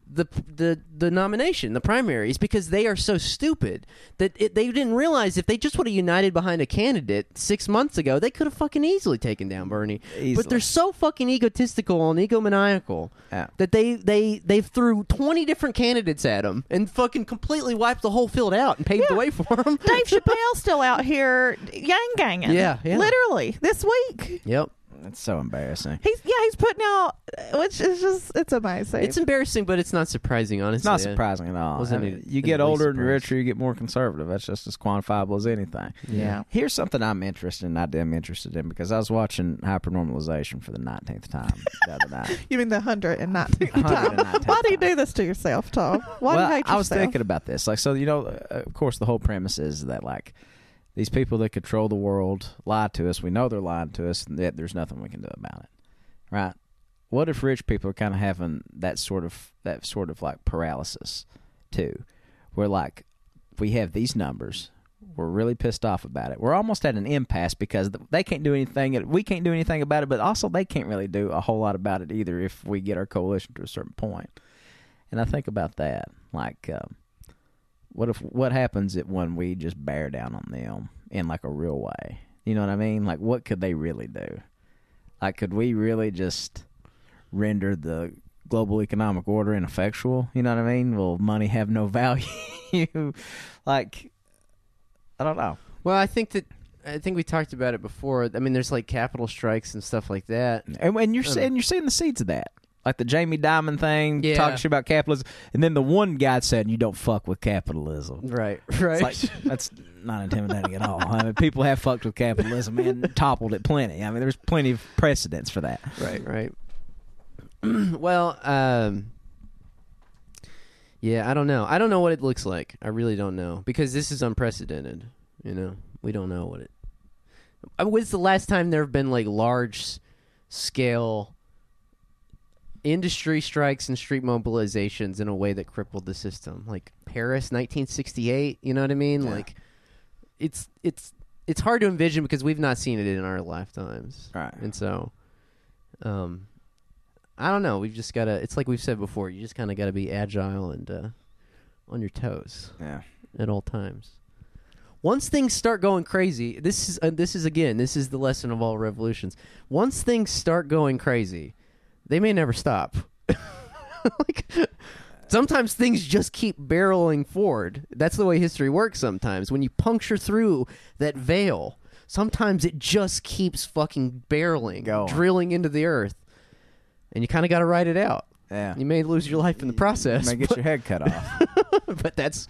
Speaker 1: the the the nomination, the primaries, because they are so stupid that it, they didn't realize if they just would have united behind a candidate six months ago, they could have fucking easily taken down Bernie. But
Speaker 4: Easily.
Speaker 1: they're so fucking egotistical and egomaniacal
Speaker 4: Yeah.
Speaker 1: that they they they threw twenty different candidates at him and fucking completely wiped the whole field out and paved the way for him.
Speaker 2: Dave Chappelle's still out here yang ganging.
Speaker 1: Yeah, yeah.
Speaker 2: Literally this week.
Speaker 1: yep.
Speaker 4: It's so embarrassing.
Speaker 2: He's yeah, he's putting out, which is just it's amazing.
Speaker 1: It's embarrassing, but it's not surprising, honestly.
Speaker 4: It's not surprising at all.
Speaker 1: Wasn't
Speaker 4: I mean,
Speaker 1: it
Speaker 4: you
Speaker 1: in
Speaker 4: get
Speaker 1: the least
Speaker 4: older and
Speaker 1: surprised?
Speaker 4: richer, you get more conservative. That's just as quantifiable as anything.
Speaker 2: yeah.
Speaker 4: Here's something I'm interested in. I am interested in because I was watching Hypernormalization for the nineteenth time the other night.
Speaker 2: You mean the hundred and nineteen time?
Speaker 4: 119th
Speaker 2: Why do you
Speaker 4: time.
Speaker 2: do this to yourself, Tom? Why
Speaker 4: well,
Speaker 2: do you hate yourself?
Speaker 4: I was thinking about this. Like, so you know, uh, of course, the whole premise is that like these people that control the world lie to us. We know they're lying to us, and yet there's nothing we can do about it, right? What if rich people are kind of having that sort of that sort of like paralysis too, where like we have these numbers. We're really pissed off about it. We're almost at an impasse because th- they can't do anything. We can't do anything about it, but also they can't really do a whole lot about it either if we get our coalition to a certain point. And I think about that, like, um, what if what happens if when we just bear down on them in like a real way? You know what I mean? Like, what could they really do? Like, could we really just render the global economic order ineffectual? You know what I mean? Will money have no value? like, I don't know.
Speaker 1: Well, I think that I think we talked about it before. I mean, there's like capital strikes and stuff like that.
Speaker 4: And, and you're
Speaker 1: Um,
Speaker 4: and you're seeing the seeds of that, like the Jamie Dimon thing,
Speaker 1: Yeah.
Speaker 4: talking shit about capitalism, and then the one guy said, "You don't fuck with capitalism."
Speaker 1: Right, right.
Speaker 4: It's like, that's not intimidating at all. I mean, people have fucked with capitalism and toppled it plenty. I mean, there's plenty of precedents for that.
Speaker 1: right right well um yeah i don't know i don't know what it looks like i really don't know because this is unprecedented you know we don't know what it I mean, when's the last time there have been like large s- scale industry strikes and street mobilizations in a way that crippled the system like paris 1968 you know what i mean
Speaker 4: Yeah.
Speaker 1: like it's it's it's hard to envision because we've not seen it in our lifetimes
Speaker 4: Right.
Speaker 1: and so, um, I don't know. We've just got to, it's like we've said before, you just kind of got to be agile and uh, on your toes
Speaker 4: Yeah.
Speaker 1: at all times. Once things start going crazy, this is uh, this is again, this is the lesson of all revolutions. Once things start going crazy, they may never stop. like sometimes things just keep barreling forward. That's the way history works sometimes. When you puncture through that veil, sometimes it just keeps fucking barreling,
Speaker 4: Going.
Speaker 1: drilling into the earth. And you kind of got to ride it out.
Speaker 4: Yeah.
Speaker 1: You may lose your life in the process,
Speaker 4: may get your head cut off.
Speaker 1: but that's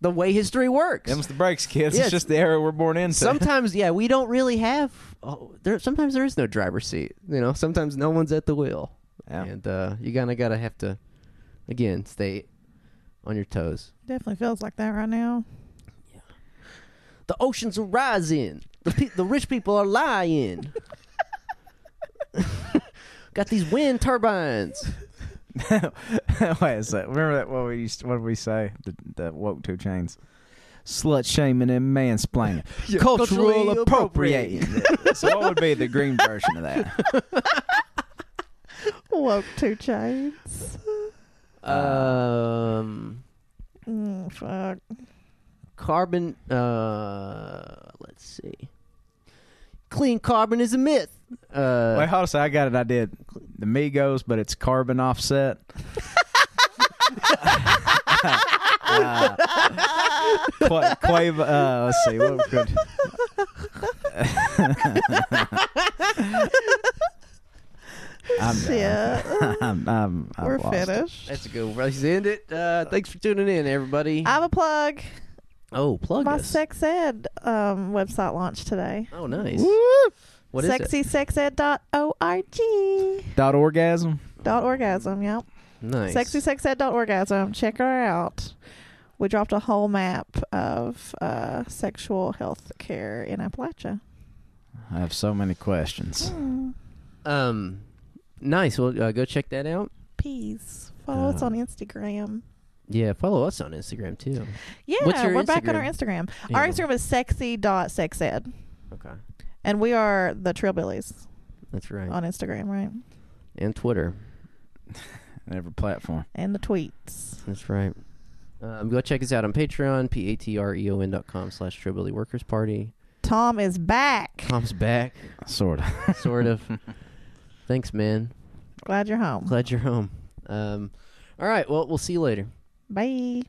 Speaker 1: the way history works.
Speaker 4: Them's the breaks, kids.
Speaker 1: Yes.
Speaker 4: It's just the era we're born into.
Speaker 1: sometimes yeah we don't really have oh, there sometimes there is no driver's seat you know sometimes no one's at the wheel
Speaker 4: Yeah.
Speaker 1: and uh you kind of gotta have to again stay on your toes
Speaker 2: Definitely feels like that right now.
Speaker 1: the oceans are rising the, pe- the rich people are lying got these wind turbines
Speaker 4: Wait a sec. Remember that? What we used? What did we say? The, the woke two chains. Slut shaming and mansplaining.
Speaker 1: Culturally
Speaker 4: Cultural
Speaker 1: appropriating.
Speaker 4: appropriating. so what would be the green version of that?
Speaker 2: Woke two chains.
Speaker 1: um
Speaker 2: Mm, fuck.
Speaker 1: carbon uh let's see clean carbon is a myth uh
Speaker 4: Wait, hold on. a sec. I got it. I did the Migos, but it's carbon offset. uh, Qua- Quavo. Uh, let's see. What could? I'm done.
Speaker 2: Shit.
Speaker 4: I'm, I'm, I'm
Speaker 2: We're
Speaker 4: lost.
Speaker 2: finished.
Speaker 1: That's a good one. Let's end it. Uh, thanks for tuning in, everybody.
Speaker 2: I have a plug.
Speaker 1: oh, plug
Speaker 2: My
Speaker 1: us.
Speaker 2: sex ed um, website launched today.
Speaker 1: oh, nice. What is it?
Speaker 2: SexySexEd.org.
Speaker 4: Dot orgasm.
Speaker 2: Dot orgasm, yep.
Speaker 1: Nice.
Speaker 2: SexySexEd.orgasm. Check her out. We dropped a whole map of uh, sexual health care in Appalachia.
Speaker 4: I have so many questions.
Speaker 1: Hmm.
Speaker 2: Mm.
Speaker 1: Um, nice. Well, uh, go check that out.
Speaker 2: Peace. Follow us
Speaker 1: Uh,
Speaker 2: on Instagram.
Speaker 1: Yeah, follow us on Instagram too.
Speaker 2: Yeah,
Speaker 1: what's your
Speaker 2: we're back on
Speaker 1: Instagram?
Speaker 2: our Instagram.
Speaker 1: Yeah.
Speaker 2: Our Instagram is sexy.sexed.
Speaker 1: Okay,
Speaker 2: And we are the Trailbillies
Speaker 1: that's right.
Speaker 2: on Instagram, right?
Speaker 1: and Twitter.
Speaker 4: on Every platform.
Speaker 2: And the tweets.
Speaker 1: That's right. Um, go check us out on Patreon, p a t r e o n dot com slash Tribbilly Workers Party.
Speaker 2: Tom is back.
Speaker 1: Tom's back,
Speaker 4: Sort of.
Speaker 1: sort of. Thanks, man.
Speaker 2: Glad you're home.
Speaker 1: Glad you're home. Um, all right. Well, we'll see you later.
Speaker 2: Bye.